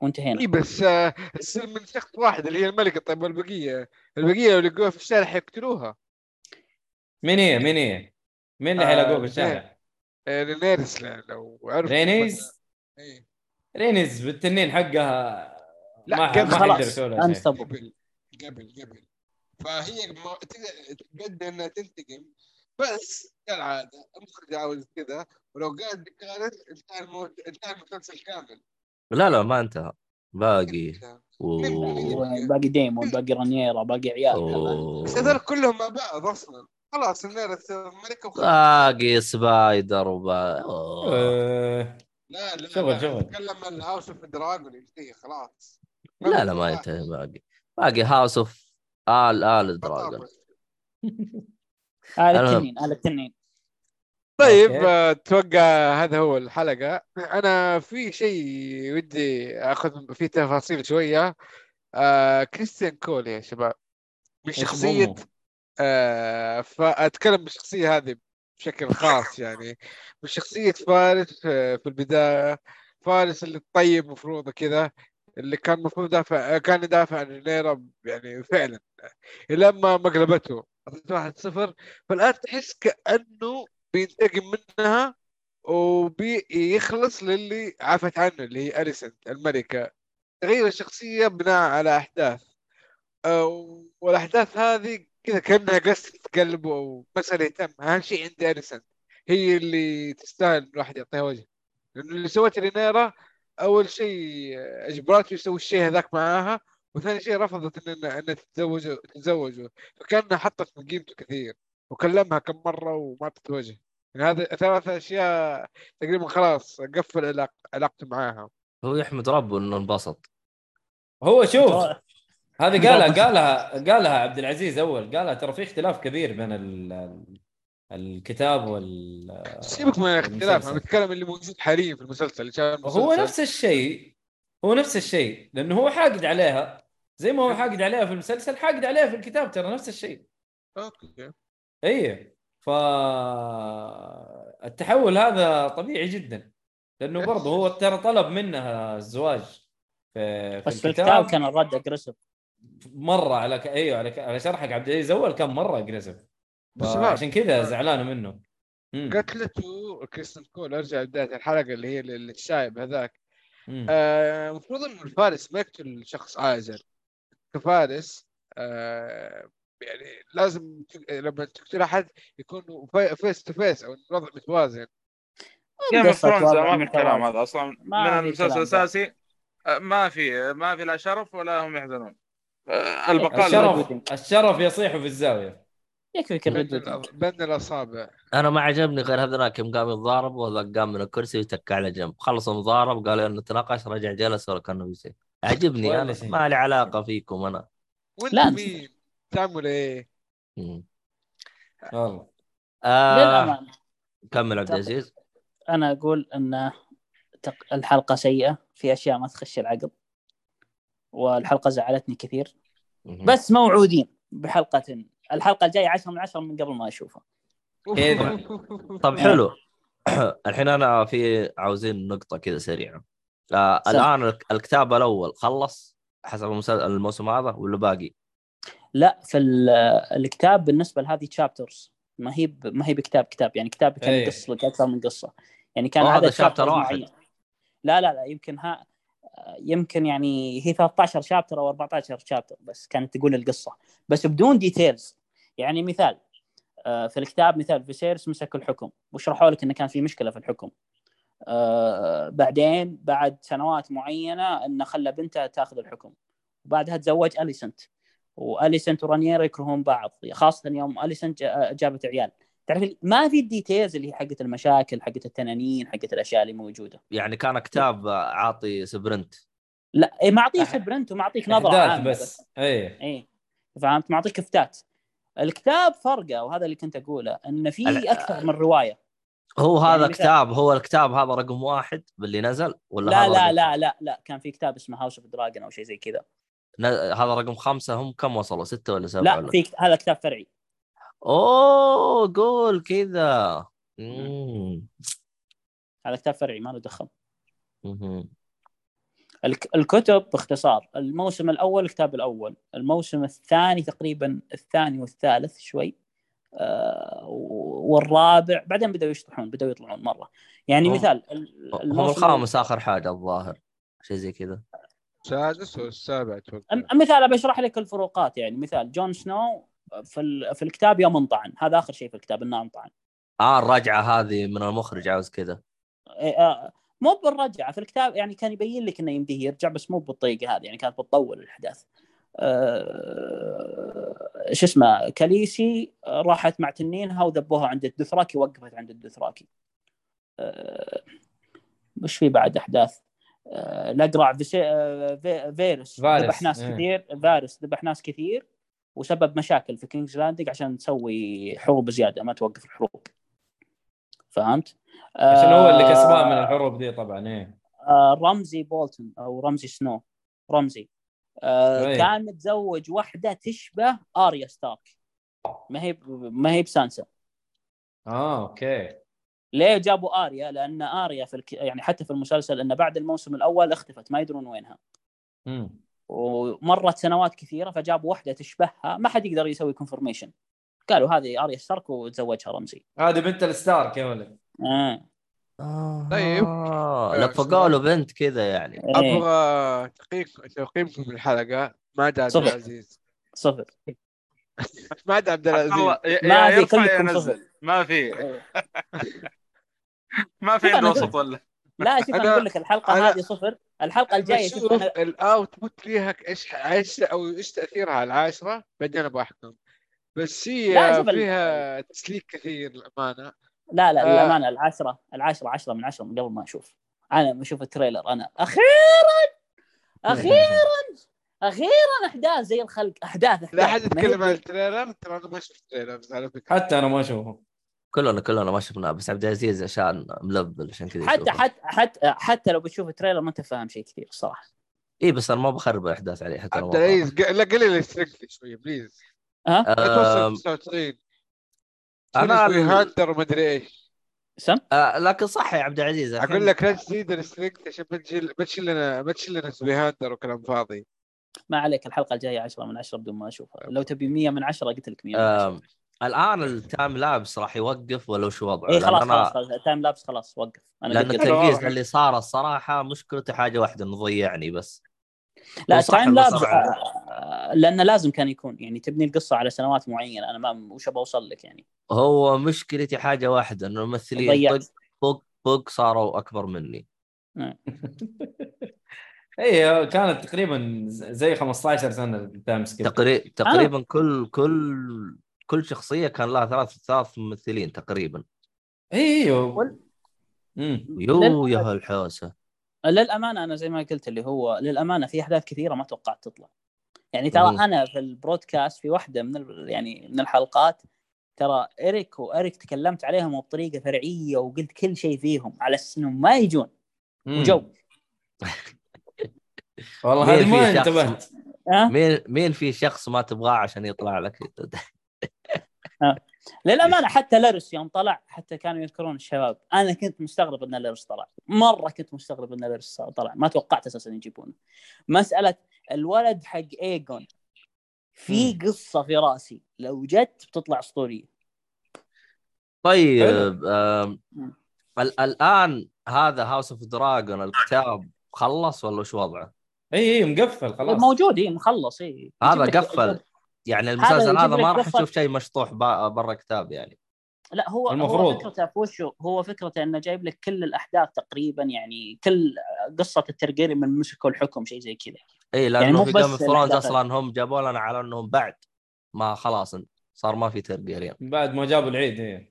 Speaker 6: وانتهينا
Speaker 3: اي
Speaker 4: طيب،
Speaker 3: بس آه، تصير من شخص واحد اللي هي الملكه طيب والبقيه البقيه لو لقوها في الشارع حيقتلوها
Speaker 4: مين هي مين هي مين اللي
Speaker 3: آه،
Speaker 4: حيلاقوه بالشارع
Speaker 3: آه، لينيرس لا- لو عرف
Speaker 4: رينيز
Speaker 3: إيه.
Speaker 4: رينيز بالتنين حقها
Speaker 3: لا،
Speaker 4: ما
Speaker 3: قبل
Speaker 4: ما حقدر
Speaker 6: خلاص
Speaker 4: يسوي لها شيء.
Speaker 6: انسبل
Speaker 3: قبل قبل قبل فهي ما تقدر تقدر انها تنتقم بس كالعاده المخرج عاوز كذا ولو قاعد كانت انتهى الموت- انتهى المسلسل كامل
Speaker 1: لا لا ما انتهى باقي و...
Speaker 6: باقي ديمون باقي رانيرا باقي عيال
Speaker 1: و-
Speaker 3: بس هذول كلهم مع بعض اصلا خلاص النيرس ملك
Speaker 1: آه.
Speaker 3: وخلاص
Speaker 1: باقي سبايدر وبا أوه.
Speaker 4: آه،
Speaker 3: لا لا
Speaker 4: شغل-
Speaker 3: لا،
Speaker 4: شغل.
Speaker 3: نتكلم عن هاوس اوف دراجون ينتهي خلاص
Speaker 1: لا لا ما ينتهي باقي باقي هاوس اوف ال ال دراجون
Speaker 3: بطاطا.
Speaker 6: على
Speaker 1: المهم.
Speaker 6: التنين على التنين
Speaker 3: طيب
Speaker 4: أوكي.
Speaker 3: آه، اتوقع هذا هو الحلقه انا في شيء ودي اخذ فيه تفاصيل شويه آه كريستيان كول يا شباب
Speaker 4: إيش
Speaker 3: بشخصيه
Speaker 4: بأمه؟
Speaker 3: آه فاتكلم بالشخصيه هذه بشكل خاص يعني بشخصيه فارس آه، في البدايه فارس اللي الطيب مفروض كذا اللي كان المفروض دافع آه، كان يدافع عن رينيرا يعني فعلا لما ما قلبته اعطيته واحد صفر فالان تحس كانه بينتقم منها وبيخلص للي عفت عنه اللي هي اليسنت الملكه تغير الشخصيه بناء على احداث أو- والاحداث هذه كذا كانها قصه قلب او مساله يتم اهم شيء عندي اليسنت هي اللي تستاهل الواحد يعطيها وجه لانه اللي سوته رينيرا اول شيء اجبرته يسوي الشيء هذاك معاها وثاني شيء رفضت ان ان تتزوج تتزوجه فكانها حطت من قيمته كثير وكلمها كم مره وما اعطت وجه يعني هذا ثلاث اشياء تقريبا خلاص قفل علاق- علاقته معاها
Speaker 1: هو يحمد ربه انه انبسط
Speaker 4: هو شوف هذه قالها
Speaker 6: بالضبط.
Speaker 4: قالها قالها عبد العزيز اول قالها ترى في اختلاف كبير بين ال- ال- الكتاب وال
Speaker 3: سيبك من الاختلاف انا
Speaker 4: المسلسل.
Speaker 3: بتكلم اللي موجود حاليا في المسلسل اللي شاف
Speaker 4: هو
Speaker 3: المسلسل.
Speaker 4: نفس الشيء هو نفس الشيء لانه هو حاقد عليها زي
Speaker 6: أه.
Speaker 4: ما هو حاقد عليها في المسلسل حاقد عليها في الكتاب ترى نفس الشيء
Speaker 3: اوكي
Speaker 4: اي ف التحول هذا طبيعي جدا
Speaker 6: أه.
Speaker 4: لانه برضه هو ترى طلب منها الزواج في, في
Speaker 6: بس الكتاب كان الرد اجريسف
Speaker 4: مره على ك... ايوه على, ك... على شرحك عبد العزيز اول كان مره اجريسف
Speaker 3: بس
Speaker 4: آه، عشان
Speaker 3: شباب
Speaker 4: كذا زعلان منه مم.
Speaker 3: قتلته كريستن كول ارجع لبدايه الحلقه اللي هي لل- للشايب هذاك
Speaker 4: مم.
Speaker 3: آه، المفروض انه الفارس ما يقتل شخص عاجل كفارس آه، يعني لازم ت- لما تقتل احد يكون فيس تو فيس او الوضع متوازن
Speaker 5: جيم اوف
Speaker 6: قصة
Speaker 5: ثرونز
Speaker 6: وضع
Speaker 5: ما في كلام
Speaker 6: متوازن.
Speaker 5: هذا اصلا
Speaker 6: ما
Speaker 5: من
Speaker 6: في
Speaker 5: المسلسل
Speaker 6: كلام.
Speaker 5: الاساسي آه، ما في ما في لا شرف ولا هم يحزنون آه، البقاء لله.
Speaker 4: الشرف الشرف يصيح في الزاويه
Speaker 6: يكفيك
Speaker 3: بين
Speaker 6: الريد
Speaker 3: الأ- بين الاصابع
Speaker 1: انا ما عجبني غير هذاك يوم قام يتضارب وهذاك قام من الكرسي وتكى على جنب خلص مضارب قالوا انه تناقش رجع جلس ولا كانه في شيء عجبني
Speaker 4: ولا
Speaker 1: انا
Speaker 4: شيء.
Speaker 1: ما لي علاقه فيكم انا
Speaker 3: وانت
Speaker 6: لا،
Speaker 3: مين؟ تعمل ايه؟
Speaker 1: مم.
Speaker 4: والله
Speaker 1: آه
Speaker 6: للامانه
Speaker 1: كمل عبد العزيز
Speaker 6: انا اقول ان تق- الحلقه سيئه في اشياء ما تخش العقل والحلقه زعلتني كثير
Speaker 1: مم.
Speaker 6: بس موعودين بحلقه الحلقه الجايه 10 من 10 من قبل ما اشوفها
Speaker 4: كذا.
Speaker 1: طب حلو الحين انا في عاوزين نقطه كذا سريعه آه
Speaker 6: سم.
Speaker 1: الان الك- الكتاب الاول خلص حسب المسل- الموسم هذا ولا باقي؟
Speaker 6: لا في ال- الكتاب بالنسبه لهذه تشابترز ما هي ب- ما هي بكتاب كتاب يعني كتاب كان
Speaker 4: إيه.
Speaker 6: يقص لك اكثر من قصه يعني كان
Speaker 1: أو هذا
Speaker 6: عدد
Speaker 1: شابتر
Speaker 6: chapters
Speaker 1: واحد.
Speaker 6: معين. لا لا لا يمكن ها يمكن يعني هي 13 شابتر او 14 شابتر بس كانت تقول القصه بس بدون ديتيلز يعني مثال آه، في الكتاب مثال فيسيرس مسك الحكم وشرحوا لك انه كان في مشكله في الحكم آه، بعدين بعد سنوات معينه انه خلى بنته تاخذ الحكم وبعدها تزوج اليسنت واليسنت ورانير يكرهون بعض خاصه يوم اليسنت جا- جابت عيال تعرف ما في الديتيلز اللي هي حقت المشاكل حقت التنانين حقت الاشياء اللي موجوده
Speaker 1: يعني كان كتاب آه، عاطي سبرنت
Speaker 6: لا إيه، ما اعطيك
Speaker 4: أح-
Speaker 6: برنت وما اعطيك نظره
Speaker 4: احداث
Speaker 6: عامه
Speaker 4: بس إيه. اي
Speaker 6: اي إيه، فهمت معطيك افتات الكتاب فرقه وهذا اللي كنت اقوله ان في
Speaker 1: أنا-
Speaker 6: اكثر من روايه
Speaker 1: هو
Speaker 6: يعني
Speaker 1: هذا
Speaker 6: مثال-
Speaker 1: كتاب هو الكتاب هذا رقم واحد باللي نزل ولا
Speaker 6: لا
Speaker 1: هذا
Speaker 6: لا
Speaker 1: رقم
Speaker 6: لا لا لا كان في كتاب اسمه هاوس اوف دراجون او شيء زي كذا
Speaker 1: ن- هذا رقم خمسة هم كم وصلوا ستة ولا سبعة
Speaker 6: لا
Speaker 1: ولا
Speaker 6: في هذا كتاب فرعي
Speaker 1: اوه قول كذا مم.
Speaker 6: هذا كتاب فرعي ما له دخل
Speaker 1: مهم.
Speaker 6: الك- الكتب باختصار الموسم الاول الكتاب الاول الموسم الثاني تقريبا الثاني والثالث شوي آه، و- والرابع بعدين بداوا يشطحون بداوا يطلعون مره يعني
Speaker 1: هم-
Speaker 6: مثال
Speaker 1: هو الخامس اخر حاجه الظاهر شيء زي كذا
Speaker 3: السادس والسابع اتوقع
Speaker 6: أم- مثال ابي اشرح لك الفروقات يعني مثال جون سنو في ال- في الكتاب يوم انطعن هذا اخر شيء في الكتاب انه انطعن
Speaker 1: اه الرجعه هذه من المخرج عاوز كذا
Speaker 6: إيه، آه، مو بالرجعه في الكتاب يعني كان يبين لك انه يمديه يرجع بس مو بالطريقه هذه يعني كانت بتطول الاحداث آه، شو اسمه كاليسي راحت مع تنينها وذبوها عند الدثراكي وقفت عند الدثراكي آه، وش في بعد احداث آه، الاقرع فيسي- آه، في- فيروس
Speaker 4: فارس،
Speaker 6: ذبح ناس
Speaker 4: إيه.
Speaker 6: كثير فارس ذبح ناس كثير وسبب مشاكل في كينجز لاندنج عشان تسوي حروب زياده ما توقف الحروب فهمت؟
Speaker 4: عشان هو اللي
Speaker 6: آه،
Speaker 4: كسبان من الحروب دي طبعا ايه
Speaker 6: آه، رمزي بولتون او رمزي سنو رمزي آه،
Speaker 4: أي.
Speaker 6: كان متزوج واحده تشبه اريا ستارك ما هي ما هي بسانسا
Speaker 4: اه اوكي
Speaker 6: ليه جابوا اريا؟ لان اريا في الك... يعني حتى في المسلسل ان بعد الموسم الاول اختفت ما يدرون وينها
Speaker 4: مم.
Speaker 6: ومرت سنوات كثيره فجابوا واحده تشبهها ما حد يقدر يسوي كونفرميشن قالوا هذه اريا ستارك وتزوجها رمزي
Speaker 4: هذه بنت الستارك يا ولد
Speaker 6: آه.
Speaker 1: آه
Speaker 3: طيب.
Speaker 1: لفقوا له آه، بنت كذا يعني
Speaker 6: إيه.
Speaker 3: ابغى تقييم- تقييمكم للحلقه ما عدا عبد
Speaker 6: صفر.
Speaker 3: العزيز
Speaker 6: صفر
Speaker 3: ما عدا عبد العزيز
Speaker 5: الله يا-
Speaker 6: ما
Speaker 5: يا
Speaker 6: عاد
Speaker 5: يرفع
Speaker 6: يكلكم
Speaker 5: يا
Speaker 6: صفر.
Speaker 5: ينزل ما في
Speaker 6: إيه.
Speaker 5: ما في
Speaker 6: طبعاً
Speaker 5: عنده
Speaker 6: أقول.
Speaker 5: وسط ولا
Speaker 6: لا شوف انا
Speaker 3: أنا-
Speaker 6: اقول لك الحلقه
Speaker 3: أنا-
Speaker 6: هذه صفر الحلقه الجايه شوف
Speaker 3: بشوف
Speaker 6: انا
Speaker 3: الاوتبوت ليها ايش ايش او ايش تاثيرها على العاشره بعدين ابغى احكم بس هي
Speaker 6: لا، شوف ال-
Speaker 3: فيها تسليك كثير للامانه
Speaker 6: لا لا
Speaker 3: آه.
Speaker 6: للامانه العشره العشره عشره من عشره من قبل ما اشوف انا لما اشوف التريلر انا اخيرا اخيرا اخيرا احداث زي الخلق احداث احداث
Speaker 3: لا احد
Speaker 6: ما هي-
Speaker 3: يتكلم عن التريلر ترى انا ما شفت التريلر بس على فكره
Speaker 4: حتى انا ما اشوفه
Speaker 1: كلنا كلنا ما شفناه بس عبد العزيز عشان ملبل عشان كذا
Speaker 6: حتى
Speaker 1: يشوفه.
Speaker 6: حتى حتى حتى لو بتشوف التريلر ما انت فاهم شيء كثير الصراحه
Speaker 1: اي إيه، بس انا ما بخرب الاحداث عليه حتى لو
Speaker 3: عبد
Speaker 1: ما فاهم.
Speaker 3: العزيز ق- لا قلل السلك لي شويه بليز
Speaker 6: ها
Speaker 3: لا
Speaker 1: آم،
Speaker 3: توصل 99
Speaker 1: أنا
Speaker 3: انا
Speaker 1: ال-
Speaker 3: هانتر ومدري ايش
Speaker 6: سم
Speaker 1: آه لكن صح يا عبد العزيز الحين-
Speaker 3: اقول لك لا تزيد الستريكت عشان ما تشيل ما تشيل لنا ما تشيل لنا سوي هانتر وكلام فاضي
Speaker 6: ما عليك الحلقه الجايه 10 من 10 بدون ما اشوفها
Speaker 1: آه.
Speaker 6: لو تبي 100 من 10 قلت لك 100 من 10
Speaker 1: آم، الان التايم لابس راح يوقف ولا وش وضعه؟
Speaker 6: اي
Speaker 1: لأن
Speaker 6: إيه، خلاص
Speaker 1: أنا-
Speaker 6: خلاص خلاص، التايم لابس خلاص وقف انا
Speaker 1: لان
Speaker 6: قلت
Speaker 5: التلفزيون-
Speaker 6: لك.
Speaker 1: التنقيز
Speaker 5: واضح.
Speaker 1: اللي صار الصراحه مشكلته حاجه واحده انه ضيعني بس
Speaker 6: لا
Speaker 1: وصح
Speaker 6: التايم
Speaker 1: إنه
Speaker 6: لابس
Speaker 1: صراحة.
Speaker 6: آه، لانه لازم كان يكون يعني تبني القصه على سنوات معينه انا ما وش بوصل لك يعني
Speaker 1: هو مشكلتي حاجه واحده انه الممثلين
Speaker 6: ضيعت.
Speaker 1: طق طق طق صاروا اكبر مني
Speaker 4: هي إيه، كانت تقريبا زي 15 سنه التايم سكيب
Speaker 1: تقري... تقريبا كل كل كل شخصيه كان لها ثلاث ثلاث ممثلين تقريبا
Speaker 4: اي
Speaker 6: وال-
Speaker 4: ايوه مم.
Speaker 1: يو يا هالحوسه
Speaker 6: للامانه انا زي ما قلت اللي هو للامانه في احداث كثيره ما توقعت تطلع يعني ترى
Speaker 1: مم.
Speaker 6: انا في البرودكاست في واحده من ال... يعني من الحلقات ترى اريك واريك تكلمت عليهم وبطريقه فرعيه وقلت كل شيء فيهم على اساس انهم ما يجون
Speaker 4: مم.
Speaker 6: وجو
Speaker 4: والله
Speaker 1: مين
Speaker 4: هذه ما
Speaker 1: في شخص؟
Speaker 4: انتبهت
Speaker 6: أه؟
Speaker 1: مين مين في شخص ما تبغاه عشان يطلع لك
Speaker 6: للامانه حتى لارس يوم طلع حتى كانوا يذكرون الشباب انا كنت مستغرب ان لارس طلع مره كنت مستغرب ان لارس طلع ما توقعت اساسا يجيبونه مساله الولد حق ايجون في قصه في راسي لو جت بتطلع اسطوريه
Speaker 1: طيب آم...
Speaker 6: مم.
Speaker 1: ال- الان هذا هاوس اوف دراجون الكتاب خلص ولا وش وضعه؟
Speaker 4: اي اي إيه، مقفل خلاص
Speaker 6: موجود اي مخلص اي
Speaker 1: هذا
Speaker 6: يجيب لك-
Speaker 1: قفل. يعني
Speaker 6: هذا
Speaker 1: المسلسل
Speaker 6: يجيب
Speaker 1: هذا
Speaker 6: لك
Speaker 1: ما راح
Speaker 6: قصة-
Speaker 1: تشوف شيء مشطوح با- برا كتاب يعني
Speaker 6: لا هو
Speaker 4: المفروض.
Speaker 6: هو فكرته في وشه هو فكرته انه جايب لك كل الاحداث تقريبا يعني كل قصه الترجيري من مسكوا الحكم شيء زي كذا
Speaker 1: اي
Speaker 6: يعني
Speaker 1: لانه
Speaker 6: مو
Speaker 1: إيه، في
Speaker 6: بس
Speaker 1: جيم اوف ثرونز
Speaker 6: الأحداث.
Speaker 1: اصلا هم جابوا لنا على انهم بعد ما خلاص صار ما في ترجيريان
Speaker 4: بعد ما جابوا العيد إيه.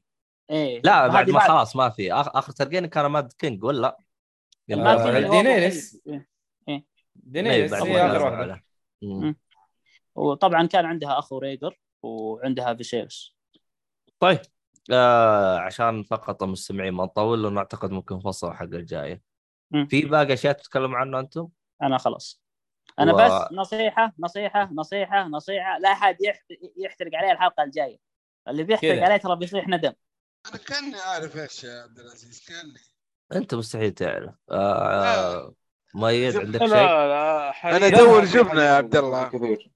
Speaker 4: اي
Speaker 6: ايه
Speaker 1: لا بعد
Speaker 6: هذه
Speaker 1: ما خلاص ما في آخ- اخر ترجيريان كان ماد كينج ولا؟
Speaker 6: ما
Speaker 4: آه،
Speaker 6: كان- هو-
Speaker 4: دينيريس.
Speaker 6: إيه.
Speaker 4: دينيس إيه،
Speaker 1: بعد ما
Speaker 4: هي اخر
Speaker 1: كان
Speaker 4: واحده
Speaker 1: عليه. مم.
Speaker 6: وطبعا كان عندها اخو ريجر وعندها فيسيرس
Speaker 1: طيب آه عشان فقط المستمعين ما نطول لانه اعتقد ممكن نفصل الحلقه الجايه
Speaker 6: مم.
Speaker 1: في باقي اشياء تتكلم عنه انتم؟
Speaker 6: انا خلاص انا
Speaker 1: و-
Speaker 6: و... بس نصيحه نصيحه نصيحه نصيحه لا احد يح- يحترق عليه الحلقه الجايه اللي بيحترق
Speaker 4: كذا.
Speaker 6: عليه ترى بيصيح ندم
Speaker 3: انا كاني عارف ايش يا عبد العزيز كاني
Speaker 1: انت مستحيل تعرف آه مؤيد عندك شيء؟
Speaker 5: لا لا حريق.
Speaker 3: أنا
Speaker 4: دور
Speaker 3: جبنة يا عبد الله.
Speaker 5: كثير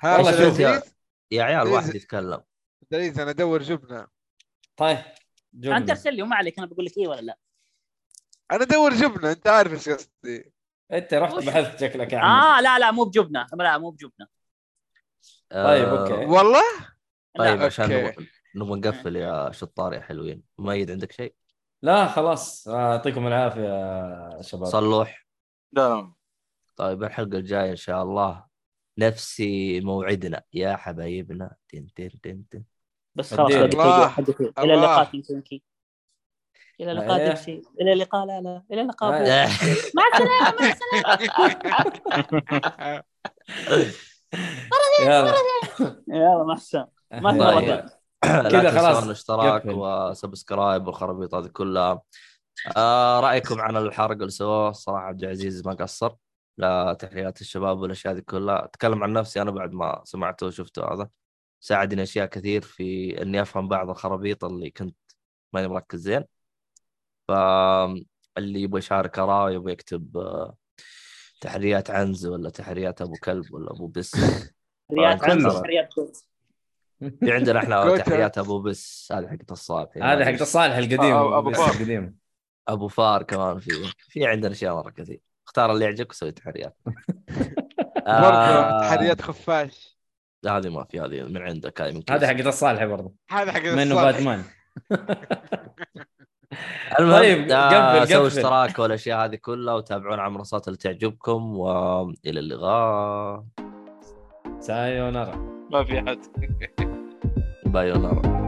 Speaker 3: ها
Speaker 4: والله
Speaker 3: عبد
Speaker 4: شوف
Speaker 1: يا-
Speaker 3: العزيز
Speaker 1: يا عيال
Speaker 3: إيه
Speaker 1: واحد
Speaker 3: زي-
Speaker 1: يتكلم
Speaker 3: عبد العزيز انا ادور جبنه
Speaker 4: طيب
Speaker 6: انت
Speaker 4: جبنة
Speaker 6: ارسل لي وما عليك انا بقول لك اي ولا لا
Speaker 3: انا ادور جبنه انت عارف ايش قصدي
Speaker 4: انت رحت بحثت شكلك يا عمي
Speaker 6: اه لا لا مو بجبنه لا مو بجبنه
Speaker 4: طيب،
Speaker 1: آه،
Speaker 4: أوكي.
Speaker 3: والله
Speaker 1: طيب
Speaker 6: لا
Speaker 1: عشان
Speaker 3: أوكي.
Speaker 1: نبغى- نبغى نقفل يا شطار يا حلوين مؤيد عندك شيء
Speaker 4: لا خلاص آه، يعطيكم العافيه يا شباب
Speaker 1: صلوح
Speaker 5: لا لا
Speaker 1: طيب الحلقه الجايه ان شاء الله نفسي موعدنا يا حبايبنا تن تن تن تن
Speaker 6: بس خلاص لا
Speaker 4: الله.
Speaker 6: دقيقه حد يطير. الى
Speaker 3: الله.
Speaker 6: اللقاء كنكي الى اللقاء
Speaker 4: إيه.
Speaker 6: دبسي الى اللقاء لا لا الى اللقاء
Speaker 4: إيه.
Speaker 6: بوس. مع السلامه مع السلامه
Speaker 4: يلا
Speaker 6: يلا مع السلامه ما في مرة
Speaker 1: طيب.
Speaker 6: ثانية.
Speaker 1: لا
Speaker 4: كذا خلاص،
Speaker 1: تنسون الاشتراك
Speaker 4: قفل.
Speaker 1: وسبسكرايب والخرابيط هذه كلها آه رايكم عن الحرق اللي سووه صراحه عبد العزيز ما قصر لا تحليلات الشباب والاشياء هذه كلها اتكلم عن نفسي انا بعد ما سمعته وشفته هذا ساعدني اشياء كثير في اني افهم بعض الخرابيط اللي كنت ماني مركز زين فاللي يبغى يشارك اراء يبغى يكتب آه، تحريات عنز ولا تحريات ابو كلب ولا ابو بس
Speaker 6: رياض
Speaker 1: كلنا.
Speaker 6: عنز، رياض كويس.
Speaker 1: في عندنا احنا
Speaker 3: كوتا.
Speaker 1: تحريات ابو بس هذه حقت الصالح
Speaker 4: هذا حق الصالح القديم
Speaker 5: آه، أبو
Speaker 4: بس
Speaker 5: فار.
Speaker 4: القديم
Speaker 1: ابو فار كمان في في عندنا اشياء مره كثير اختار اللي يعجبك وسوي تحريات
Speaker 3: برضه
Speaker 1: آه،
Speaker 3: تحريات خفاش
Speaker 1: هذه ما في هذه من عندك هذه من كيس.
Speaker 4: هذا حق الصالح برضه
Speaker 3: هذا حق
Speaker 4: منه
Speaker 3: الصالح.
Speaker 4: باتمان
Speaker 1: المهم
Speaker 4: طيب،
Speaker 1: آه،
Speaker 4: قفل-
Speaker 1: سووا
Speaker 4: قفل.
Speaker 1: اشتراك والاشياء هذه كلها وتابعونا على المنصات اللي تعجبكم والى اللقاء
Speaker 4: سايونارا
Speaker 5: ما في احد
Speaker 1: بايونارا